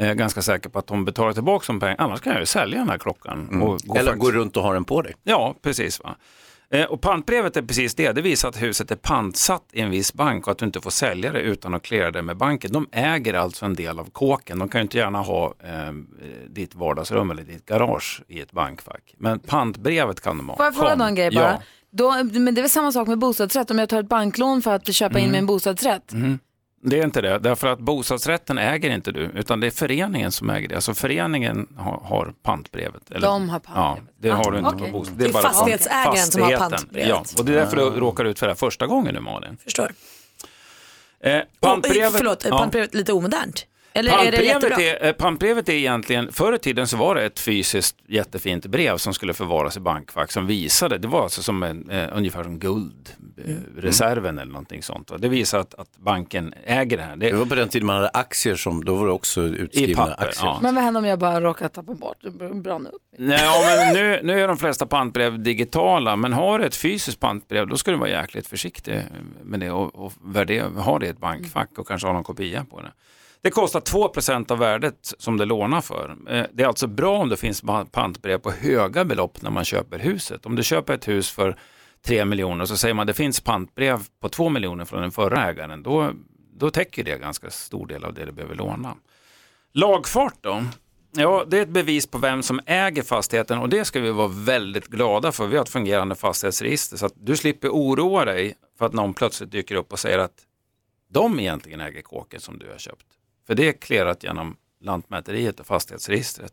S6: eh, ganska säker på att de betalar tillbaka de pengarna, annars kan jag ju sälja den här klockan. Och gå
S3: Mm. Eller
S6: faktiskt-
S3: gå runt och ha den på dig.
S6: Ja, precis. Va? Eh, Och pantbrevet är precis det. Det visar att huset är pantsatt i en viss bank och att du inte får sälja det utan att klära det med banken. De äger alltså en del av kåken. De kan ju inte gärna ha eh, ditt vardagsrum eller ditt garage i ett bankfack. Men pantbrevet kan de ha.
S1: Får jag fråga
S6: Kom.
S1: då en grej bara?
S6: Ja.
S1: Då, men det är väl samma sak med bostadsrätt, om jag tar ett banklån för att köpa in
S6: Mm.
S1: min bostadsrätt.
S6: Mm. Det är inte det, därför att bostadsrätten äger inte du, utan det är föreningen som äger det. Alltså föreningen har, har pantbrevet.
S1: De har pantbrevet.
S6: Ja, det har du inte
S1: Okej.
S6: på bostad.
S1: Det är
S6: bara
S2: fastighetsägaren som har
S6: fastigheten.
S2: pantbrevet.
S6: Ja, och det är därför
S1: Mm.
S6: du råkar ut för det här första gången nu Malin.
S2: Förstår.
S6: Eh,
S2: Pantbrevet,
S6: pantbrevet,
S2: förlåt, är
S6: ja.
S2: pantbrevet lite omodernt? Eller är det
S6: Pantbrevet
S2: jättebra?
S6: är, eh, pantbrevet är egentligen, förr i tiden så var det ett fysiskt jättefint brev som skulle förvaras i bankfack som visade, det var alltså som en, eh, ungefär som guldreserven eller någonting sånt. Och det visar att, att banken äger det här. Det, var på den tiden man hade aktier som, då var det också utskrivna aktier. Ja.
S1: Men vad händer om jag bara råkar tappa bort, brann upp?
S6: Nej, ja, men nu, nu är de flesta pantbrev digitala, men har du ett fysiskt pantbrev då ska du vara jäkligt försiktig med det och, och värdera, ha det i ett bankfack och kanske ha någon kopia på det. Det kostar 2 av värdet som du lånar för. Eh, Det är alltså bra om det finns pa- pantbrev på höga belopp när man köper huset. Om du köper ett hus för 3 miljoner så säger man det finns pantbrev på 2 miljoner från den förra ägaren. Då, då täcker det ganska stor del av det du behöver låna. Lagfart då? Ja, det är ett bevis på vem som äger fastigheten och det ska vi vara väldigt glada för. Vi har ett fungerande fastighetsregister så att du slipper oroa dig för att någon plötsligt dyker upp och säger att de egentligen äger kåken som du har köpt. För det är clearat genom Lantmäteriet och fastighetsregistret.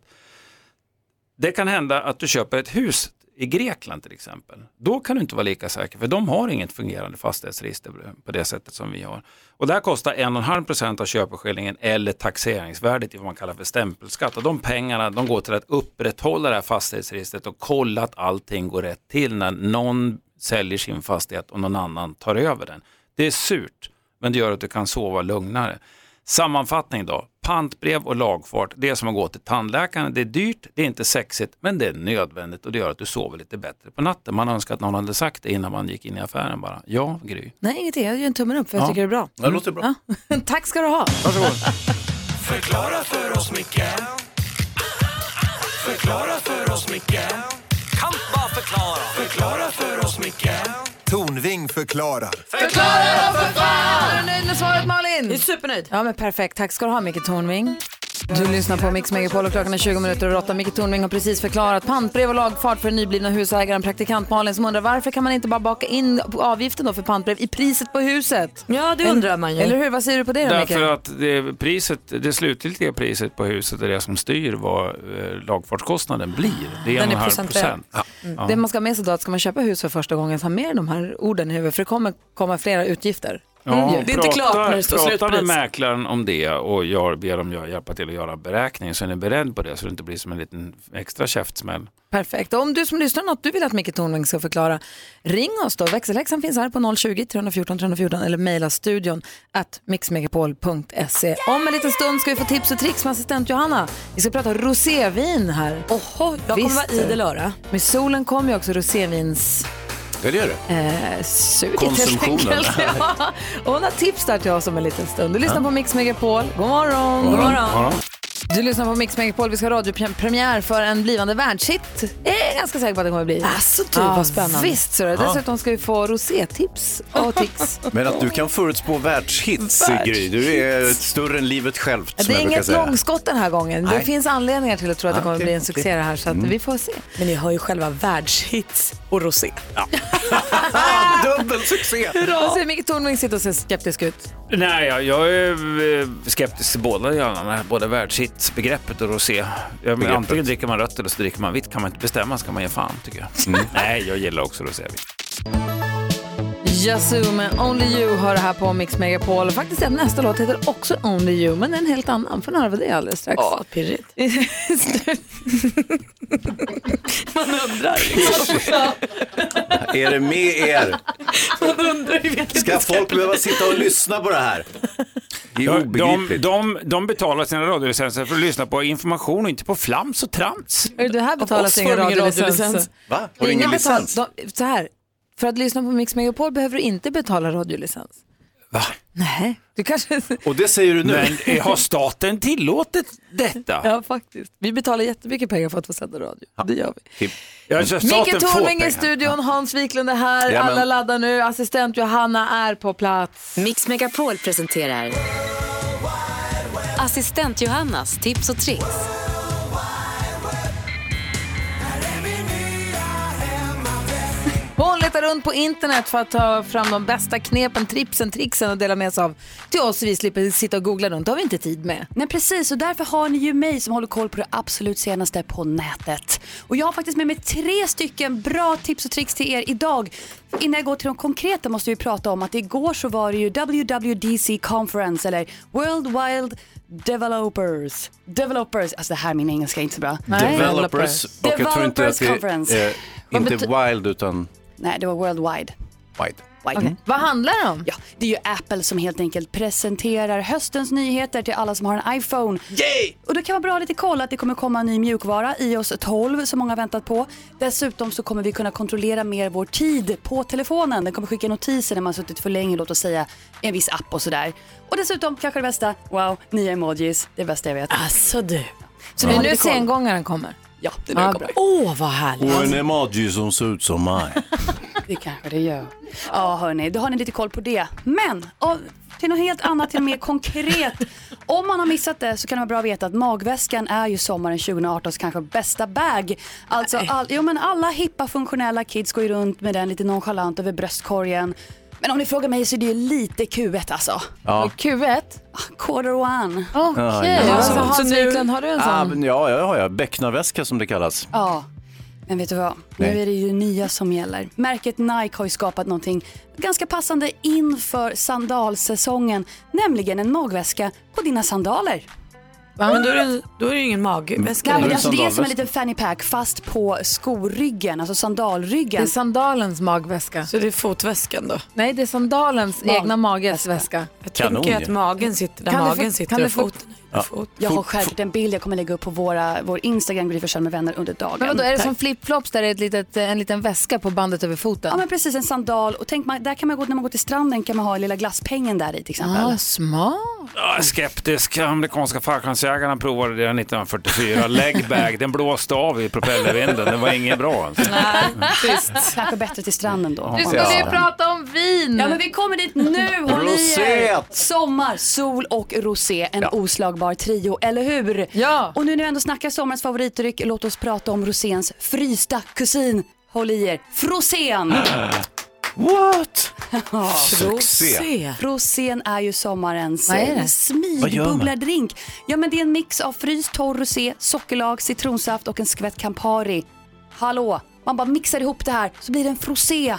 S6: Det kan hända att du köper ett hus i Grekland till exempel. Då kan du inte vara lika säker för de har inget fungerande fastighetsregister på det sättet som vi har. Och det här kostar 1,5 av köpeskillingen eller taxeringsvärdet i vad man kallar för stämpelskatt. Och de pengarna de går till att upprätthålla det här fastighetsregistret och kolla att allting går rätt till när någon säljer sin fastighet och någon annan tar över den. Det är surt men det gör att du kan sova lugnare. Sammanfattning då. Pantbrev och lagfart, det är som att gå till tandläkaren. Det är dyrt, det är inte sexigt, men det är nödvändigt och det gör att du sover lite bättre på natten. Man önskar att någon hade sagt det innan man gick in i affären bara. Ja, Gry.
S1: Nej, ingenting. Jag gör en tummen upp för jag
S6: Ja.
S1: tycker det är bra.
S6: Ja, det låter bra.
S1: Ja. Tack ska du ha.
S21: Förklara för oss, Micke Förklara för oss, Micke Kan bara förklara Förklara för oss, Micke
S11: Tornving förklarar.
S1: Förklara då för fan! Är du nöjd med svaret Malin? Jag är supernöjd. Ja men perfekt. Tack ska du ha Micke Tornving. Du lyssnar på Mix Megapol och klockan är 20 minuter över åtta. Micke Tornving har precis förklarat pantbrev och lagfart för nyblivna husägaren praktikant Malin som undrar varför kan man inte bara baka in avgiften då för pantbrev i priset på huset? Ja det
S2: undrar man ju.
S1: Eller hur? Vad säger du på det då Micke?
S6: Därför att det, priset, det slutgiltiga priset på huset är det som styr vad eh, lagfartskostnaden blir. Det är en och en halv procent.
S1: Ja.
S6: Ja.
S1: Mm. Det man ska ha med sig då är att ska man köpa hus för första gången, ta med de här orden i huvudet för det kommer komma flera utgifter. Mm.
S6: Ja, prata- Prata med
S1: slutpris.
S6: mäklaren om det och jag ber dem gö- hjälpa till att göra beräkningen så är ni beredd på det så det inte blir som en liten extra käftsmäll.
S1: Perfekt. Och om du som lyssnar har något du vill att Micke Tornving ska förklara, ring oss då. Växelhäxan finns här på 020-314 314 eller mejla studion at mixmegapol.se. Om en liten stund ska vi få tips och tricks med assistent Johanna. Vi ska prata rosévin här. Oho,
S2: jag kommer vara idel öra.
S1: Med solen kommer ju också rosévins...
S3: Ja, det gör det.
S1: Eh, suget
S3: Konsumtionen.
S1: helt enkelt. Ja. Och hon har tips där till oss om en liten stund. Du lyssnar
S3: Ja.
S1: på Mix Megapol. God morgon.
S2: Mm.
S6: God morgon. God morgon.
S1: Du lyssnar på Mix Megapol. Vi ska ha radiopremiär för en blivande världshit. Jag är ganska säker på att det kommer bli. Alltså
S2: du, vad spännande.
S1: Visst, så
S3: Ja.
S1: Dessutom ska vi få rosétips och tics.
S3: Men att du kan förutspå världshits, Gry, du är större än livet självt.
S1: Det
S3: som
S1: är
S3: jag brukar
S1: inget
S3: säga.
S1: långskott den här gången. Det
S3: Nej.
S1: finns anledningar till att tro att det
S3: Ja,
S1: kommer
S3: okej,
S1: bli en
S3: okej.
S1: succé det här så att
S3: Mm.
S1: vi får se.
S2: Men ni har ju själva världshits och rosé.
S3: Dubbel succé!
S1: Vad säger Micke Tornving? Sitter och ser skeptisk ut.
S6: Nej, jag, jag är eh, skeptisk till båda gärna, både världshitsbegreppet och rosé. Jag menar,
S3: Begreppet.
S6: antingen dricker man rött eller så dricker man vitt. Kan man inte bestämma så kan man ge fan tycker jag.
S3: Mm.
S6: Nej, jag gillar också rosévitt.
S1: Yazoo med Only You hör det här på Mix Megapol. Faktiskt är nästa låt heter också Only You, men en helt annan. Får ni höra vad det är alldeles strax.
S2: Ja, pirrigt. Man undrar liksom.
S3: Är det med er?
S2: Man undrar ju vilken
S3: Ska folk behöva sitta och lyssna på det här? Det är
S6: De,
S3: obegripligt.
S6: de, de betalar sina radiolicenser för att lyssna på information och inte på flams och trams.
S1: Hör du, Det här betalas
S6: oss
S1: ingen
S6: får de ingen
S1: radiolicens.
S6: radiolicens. Va? Har du
S1: Det är
S6: ingen
S1: inga betal-
S6: licens?
S1: de- Så här, för att lyssna på Mix Megapol behöver du inte betala radiolicens.
S6: Va?
S1: Nej, du kanske...
S3: Och det säger du nu?
S6: Men eh, har staten tillåtit detta?
S1: Ja, faktiskt. Vi betalar jättemycket pengar för att få sända radio. Det gör vi.
S6: Ja, så staten
S1: Micke
S6: får
S1: Tornving i
S6: pengar.
S1: studion, Hans Wiklund är här,
S6: Jajamän.
S1: alla laddar nu, assistent Johanna är på plats.
S10: Mix Megapol presenterar Assistent Johannas tips och tricks.
S1: Hon letar runt på internet för att ta fram de bästa knepen, tripsen, trixen och dela med sig av till oss så vi slipper sitta och googla runt. Det har vi inte tid med.
S23: Nej precis och därför har ni ju mig som håller koll på det absolut senaste på nätet. Och jag har faktiskt med mig tre stycken bra tips och tricks till er idag. Innan jag går till de konkreta måste vi prata om att igår så var det ju WWDC Conference eller World Wild Developers. Developers, alltså det här min engelska är inte så bra.
S3: Developers, och jag tror inte
S23: Developers
S3: att det
S23: Conference.
S3: är,
S23: Vad
S3: inte
S23: bety-
S3: wild utan
S23: Nej, det var World Wide.
S3: wide.
S23: Wide.
S3: Mm.
S1: Vad handlar det om?
S23: Ja, det är ju Apple som helt enkelt presenterar höstens nyheter till alla som har en iPhone. Och då kan vara bra att lite kolla att det kommer komma en ny mjukvara, iOS 12, som många har väntat på. Dessutom så kommer vi kunna kontrollera mer vår tid på telefonen. Den kommer skicka notiser när man har suttit för länge, låt oss säga en viss app och sådär. Och dessutom, kanske det bästa, wow, nya emojis. Det är det bästa jag vet. Alltså du.
S1: Så det är nu sengångaren kommer.
S23: Ja, det
S1: är nu den kommer.
S23: Åh, vad härligt.
S3: Och en emoji som ser ut som mig.
S23: Det kanske det gör. Ja, hörni, då har ni lite koll på det. Men av, till något helt annat, till mer konkret. Om man har missat det så kan det vara bra att veta att magväskan är ju sommaren 2018s kanske bästa bag. Alltså, all, jo, men alla hippa funktionella kids går ju runt med den lite nonchalant över bröstkorgen. Men om ni frågar mig så är det ju lite Q1 alltså. Ah,
S3: Ja.
S1: Q1?
S23: Quarter one.
S1: Okej,
S3: ja.
S1: alltså, Hans Wiklund, har du en
S3: Ah,
S1: sån?
S3: men ja, jag har jag. Becknarväska som det kallas.
S23: Ja, men vet du vad? Nu
S3: Nej.
S23: är det ju nya som gäller. Märket Nike har ju skapat någonting ganska passande inför sandalsäsongen, nämligen en magväska på dina sandaler.
S2: Men då är det, då är det ju ingen magväska.
S23: Nej,
S2: längre.
S23: men alltså det är som en liten fanny pack fast på skoryggen, alltså
S1: Det är
S23: sandalryggen.
S1: sandalens magväska.
S2: Så det är fotväskan då?
S1: Nej, det är sandalens
S23: Mag-
S1: egna mages väska.
S2: Jag tänker ju att magen sitter där
S1: Kan du få-
S2: magen sitter
S1: kan du
S2: och
S1: få-
S2: foten.
S3: Ja.
S23: Jag har skärpt en bild jag kommer lägga upp på våra, vår Instagram, Gry Forssell med vänner under dagen.
S1: Men vadå, är det
S23: Tack.
S1: som flipflops där det är ett litet, en liten väska på bandet över foten?
S23: Ja men precis, en sandal. Och tänk, man, där kan man gå, när man går till stranden kan man ha lilla glasspengen där i till exempel.
S1: Ah, smart.
S6: Jag är skeptisk. Amerikanska fallskärmsjägarna provade det 1944. Legbag, den blåste av i propellervinden. Den var inget bra. alltså.
S23: Kanske bättre till stranden då.
S6: Nu ska vi Ja.
S1: prata om vin.
S23: Ja men vi kommer dit nu, håll i er.
S6: Roséet.
S23: Sommar, sol och rosé, en oslagbar trio, eller hur? Ja. Och nu när vi ändå snackar sommarens favoritdryck, låt oss prata om roséns frysta kusin. Håll i er, frosén!
S6: What?
S21: Succé.
S23: Rosé. Rosén är ju sommarens
S21: Vad är det?
S23: eh,
S21: Vad gör man?
S23: smidbubblardrink. Ja, men det är en mix av fryst torr rosé, sockerlag, citronsaft och en skvätt Campari. Hallå, man bara mixar ihop det här så blir det en frosé.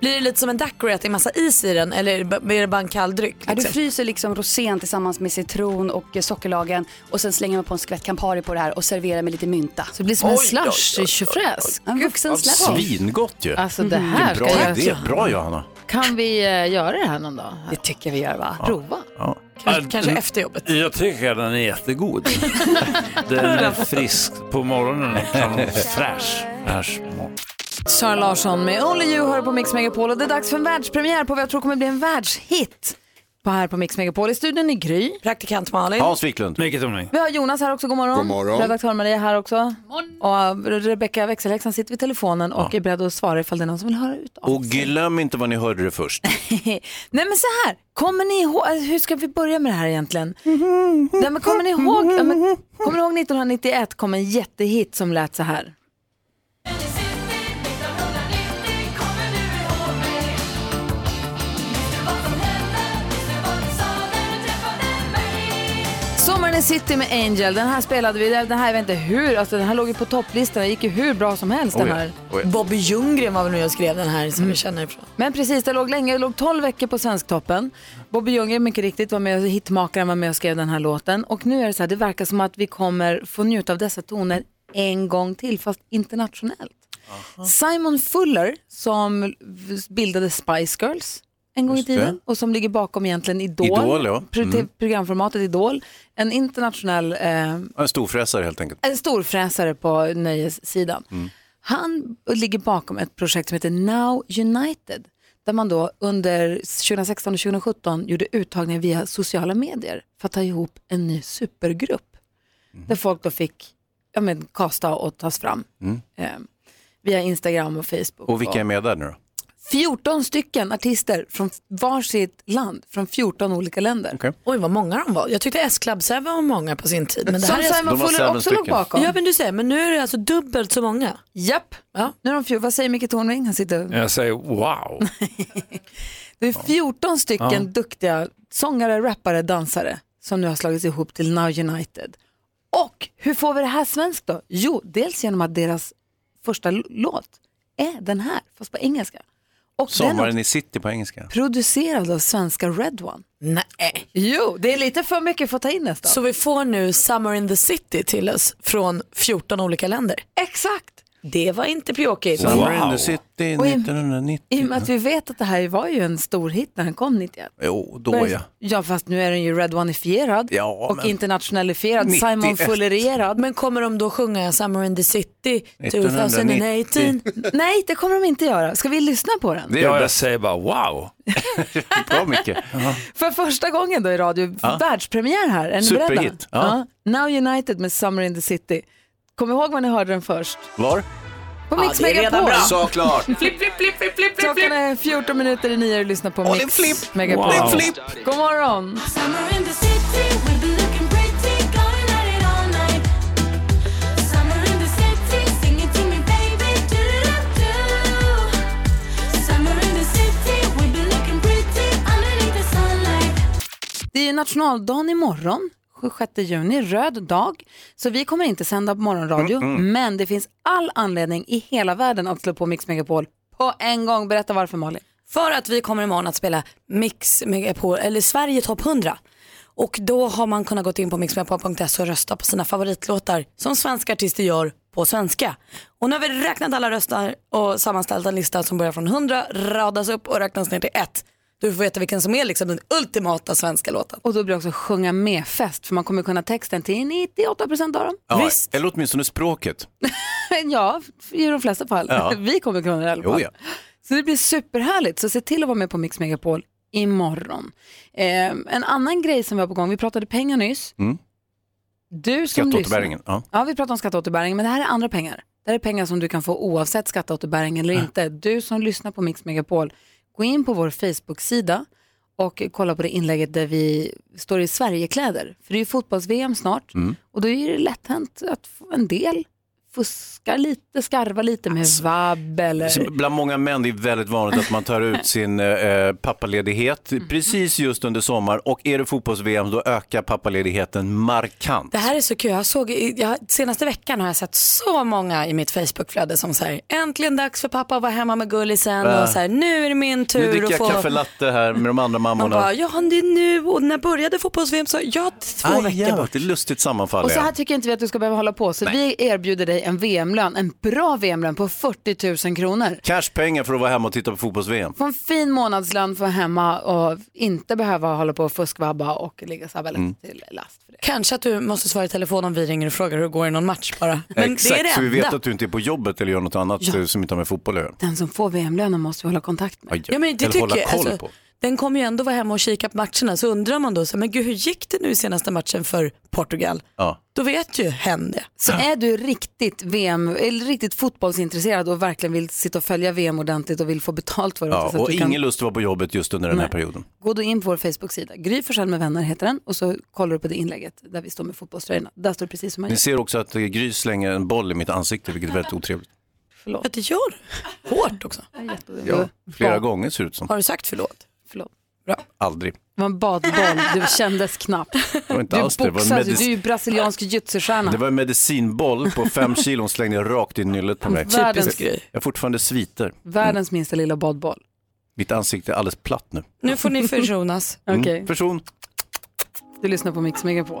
S2: Blir det lite som en daiquiri att det är massa is i den eller är det ba- är det bara en kall dryck?
S23: Ja, du
S2: liksom?
S23: fryser liksom rosén tillsammans med citron och eh, sockerlagen och sen slänger man på en skvätt Campari på det här och serverar med lite mynta. Så
S1: det blir som en Oj, slush, oj, oj, tjofräs.
S23: En vuxen slush. Mm.
S3: Svingott ju.
S1: Alltså, det här
S3: Vilken bra
S1: ska jag-
S3: idé. Bra Johanna.
S1: Kan vi eh, göra det här någon dag?
S23: Det tycker vi gör va?
S1: Prova.
S6: Kanske,
S1: kanske efter
S2: jobbet.
S6: Jag tycker den är jättegod. Den är frisk på morgonen. Fräsch. Fräsch.
S1: Sara Larsson med Only You hör på Mix Megapol och det är dags för en världspremiär på vad jag tror kommer bli en världshit. På här på Mix Megapol i studion i Gry.
S2: Praktikant Malin.
S3: Hans Wiklund.
S6: Micke Tornving.
S1: Vi har Jonas här också, god morgon.
S3: God morgon.
S1: Redaktör Maria här också. Och eh, Rebecka växelhäxan sitter vid telefonen och är beredd att svara ifall det är någon som vill höra ut.
S3: Och glöm inte vad ni hörde det först.
S1: Nej men så här, kommer ni ihåg, eh, hur ska vi börja med det här egentligen? Nej, men kommer ni ihåg, ja, men, kommer ni ihåg 1991 kom en jättehit som lät så här? Sommaren i city med Angel, den här spelade vi, den här jag vet inte hur, alltså den här låg ju på topplistan, den gick ju hur bra som helst den här.
S2: Bobby Ljunggren var väl nu jag skrev den här som vi känner ifrån.
S1: Men precis, det låg länge, det låg 12 veckor på Svensktoppen. Bobby Ljunggren mycket riktigt var med, och- hitmakaren var med och skrev den här låten. Och nu är det så här, det verkar som att vi kommer få njuta av dessa toner en gång till, fast internationellt. Simon Fuller som bildade Spice Girls en gång i
S3: Just
S1: tiden
S3: det.
S1: och som ligger bakom egentligen Idol,
S3: Idol, ja.
S1: pro-
S3: Mm.
S1: till programformatet Idol, en internationell, eh,
S3: En storfräsare helt enkelt.
S1: en storfräsare på nöjessidan. Mm. Han ligger bakom ett projekt som heter Now United där man då under 2016 och 2017 gjorde uttagningar via sociala medier för att ta ihop en ny supergrupp.
S3: Mhm.
S1: Där folk då fick ja, men, kasta och tas fram
S3: Mm.
S1: eh, via Instagram och Facebook.
S3: Och vilka är med där nu då?
S1: 14 stycken artister från varsitt land, från 14 olika länder.
S2: Oj vad många de var. Jag tyckte S-Club 7 var många på sin tid. Men det
S1: Som
S2: här är
S1: Simon De var Fuller seven också låg stycken. bakom.
S2: Ja men du säger, men nu är det alltså dubbelt så många.
S1: Japp, nu är de fjol. Vad säger Micke Tornving? Han sitter...
S6: Jag säger wow.
S1: Det är 14 stycken
S6: Ja.
S1: duktiga sångare, rappare, dansare som nu har slagits ihop till Now United. Och hur får vi det här svenskt då? Jo, dels genom att deras första l- låt är den här, fast på engelska. Och den
S3: Sommaren
S1: är
S3: i city på engelska.
S1: producerad av svenska Red One.
S2: Nej.
S1: Jo, det är lite för mycket för att ta in nästan.
S2: Så vi får nu Summer in the City till oss från 14 olika länder.
S1: Exakt.
S2: Det var inte pjåkigt.
S3: Summer in the city
S1: Och i-
S3: 1990.
S1: I och med att vi vet att det här var ju en stor hit när den kom 91.
S3: Jo, då ja.
S1: Ja, fast nu är den ju Red One-ifierad
S3: Ja,
S1: och
S3: men-
S1: internationalifierad.
S3: 91.
S1: Simon Fullerierad.
S2: Men kommer de då sjunga Summer in the City 2018?
S1: 1990. Nej, det kommer de inte göra. Ska vi lyssna på den?
S6: Ja, jag säger bara wow.
S3: Bra Micke.
S1: För första gången då i radio,
S6: Ja.
S1: världspremiär här. Är ni beredda?
S3: Superhit, ja.
S1: Now United med Summer in the City. Kom ihåg var ni hörde den först.
S3: Var?
S1: På Mix Megapol.
S3: Såklart.
S1: Klockan är 14 minuter i nio och lyssnar på
S21: Och det är
S1: Mix
S21: flipp.
S1: Megapol.
S21: Wow. Det är
S1: flipp. God morgon. Det är ju nationaldagen imorgon, 6 juni, röd dag. Så vi kommer inte sända på morgonradio,
S2: Mm, mm.
S1: men det finns all anledning i hela världen att slå på Mix Megapol på en gång. Berätta varför Malin.
S2: För att vi kommer imorgon att spela Mix Megapol, eller Sverige Top 100. Och då har man kunnat gå in på mixmegapol.se och rösta på sina favoritlåtar som svenska artister gör på svenska. Och nu har vi räknat alla röster och sammanställt en lista som börjar från 100, radas upp och räknas ner till 1. Du får veta vilken som är liksom den ultimata svenska låten.
S1: Och då blir det också sjunga med-fest för man kommer kunna texten till 98% av dem.
S3: Ja, Eller åtminstone språket.
S1: ja, i de flesta fall.
S3: Ja.
S1: Vi kommer kunna det i alla fall.
S3: Jo, ja.
S1: Så det blir superhärligt, så se till att vara med på Mix Megapol imorgon. Eh, en annan grej som var på gång, vi pratade pengar nyss.
S3: Mm.
S1: Du som lyssnar.
S3: Skatteåterbäringen. Ja.
S1: Ja, vi pratar om skatteåterbäring, men det här är andra pengar. Det här är pengar som du kan få oavsett skatteåterbäring eller inte. Du som lyssnar på Mix Megapol, gå in på vår Facebook-sida och kolla på det inlägget där vi står i Sverigekläder. För det är ju fotbolls-VM snart
S15: Mm.
S1: och då är det lätt hänt att få en del fuskar lite, skarvar lite med vabb eller...
S3: Så Bland många män det är väldigt vanligt att man tar ut sin eh, pappaledighet precis just under sommar och är det fotbolls-VM då ökar pappaledigheten markant.
S2: Det här är så kul. Jag såg, i- jag, senaste veckan har jag sett så många i mitt Facebookflöde som säger äntligen dags för pappa att vara hemma med gullisen
S3: Äh.
S2: och så här, nu är det min tur
S3: Nu dricker
S2: att
S3: jag
S2: få...
S3: kaffe latte här med de andra
S2: Man
S3: mammorna.
S2: bara, ja det är nu och när började fotbolls-VM? Så ja, två
S3: Aj,
S2: veckor
S3: jävlar,
S2: bort.
S3: Det är lustigt sammanfall.
S1: Och så
S3: ja.
S1: här tycker inte vi att du ska behöva hålla på, så vi erbjuder dig en VM-lön, en bra VM-lön på 40 000 kronor.
S3: Cashpengar för att vara hemma och titta på fotbolls-VM.
S1: Få en fin månadslön för hemma och inte behöva hålla på och fuskvabba och ligga så här väldigt
S3: Mm.
S1: till last. För det.
S2: Kanske att du måste svara i telefon om vi ringer och frågar hur det går i någon match bara. Men
S3: Exakt,
S2: det är det
S3: så vi vet
S2: enda.
S3: att du inte är på jobbet eller gör något annat eh, som inte har med fotboll att göra.
S1: Den som får VM-lönen måste vi hålla kontakt med.
S3: Aj,
S2: Ja, men det
S3: eller
S2: tycker
S3: hålla
S2: jag,
S3: koll
S2: alltså,
S3: på.
S2: Den kommer ju ändå vara hemma och kika på matcherna så undrar man då, så, här, men gud hur gick det nu i senaste matchen för Portugal?
S3: Ja.
S2: Då vet ju hen det.
S1: Så är du riktigt, VM, eller riktigt fotbollsintresserad och verkligen vill sitta och följa VM ordentligt och vill få betalt för det
S3: Ja,
S1: också, så att
S3: och
S1: du
S3: ingen
S1: kan
S3: lust att vara på jobbet just under den här perioden.
S1: Gå då in på vår Facebook-sida. Gry Forssell med vänner heter den och så kollar du på det inlägget där vi står med fotbollströjorna. Där står det precis som man
S3: Ni
S1: gör.
S3: ser också att eh, Gry slänger en boll i mitt ansikte, vilket är väldigt otrevligt.
S1: Förlåt.
S2: Ja, det gör du. Hårt också.
S3: Ja, flera gånger ser det ut som.
S2: Har du sagt förlåt?
S1: Förlåt.
S3: Aldrig.
S1: Det var en badboll, du kändes knappt.
S3: Det var inte
S1: Du
S3: alls det. Det var en
S1: boxas ju,
S3: medic-
S1: du är ju brasiliansk jujutsu-stjärna.
S3: Det var en medicinboll på fem kilo hon slängde rakt i nyllet på mig.
S1: Världens
S3: Så
S1: grej.
S3: Jag fortfarande sviter.
S1: Världens minsta lilla badboll.
S3: Mitt ansikte är alldeles platt nu. Mm.
S2: Nu får ni försonas.
S1: Okej.
S3: Person.
S1: Du lyssnar på Mix Megapol.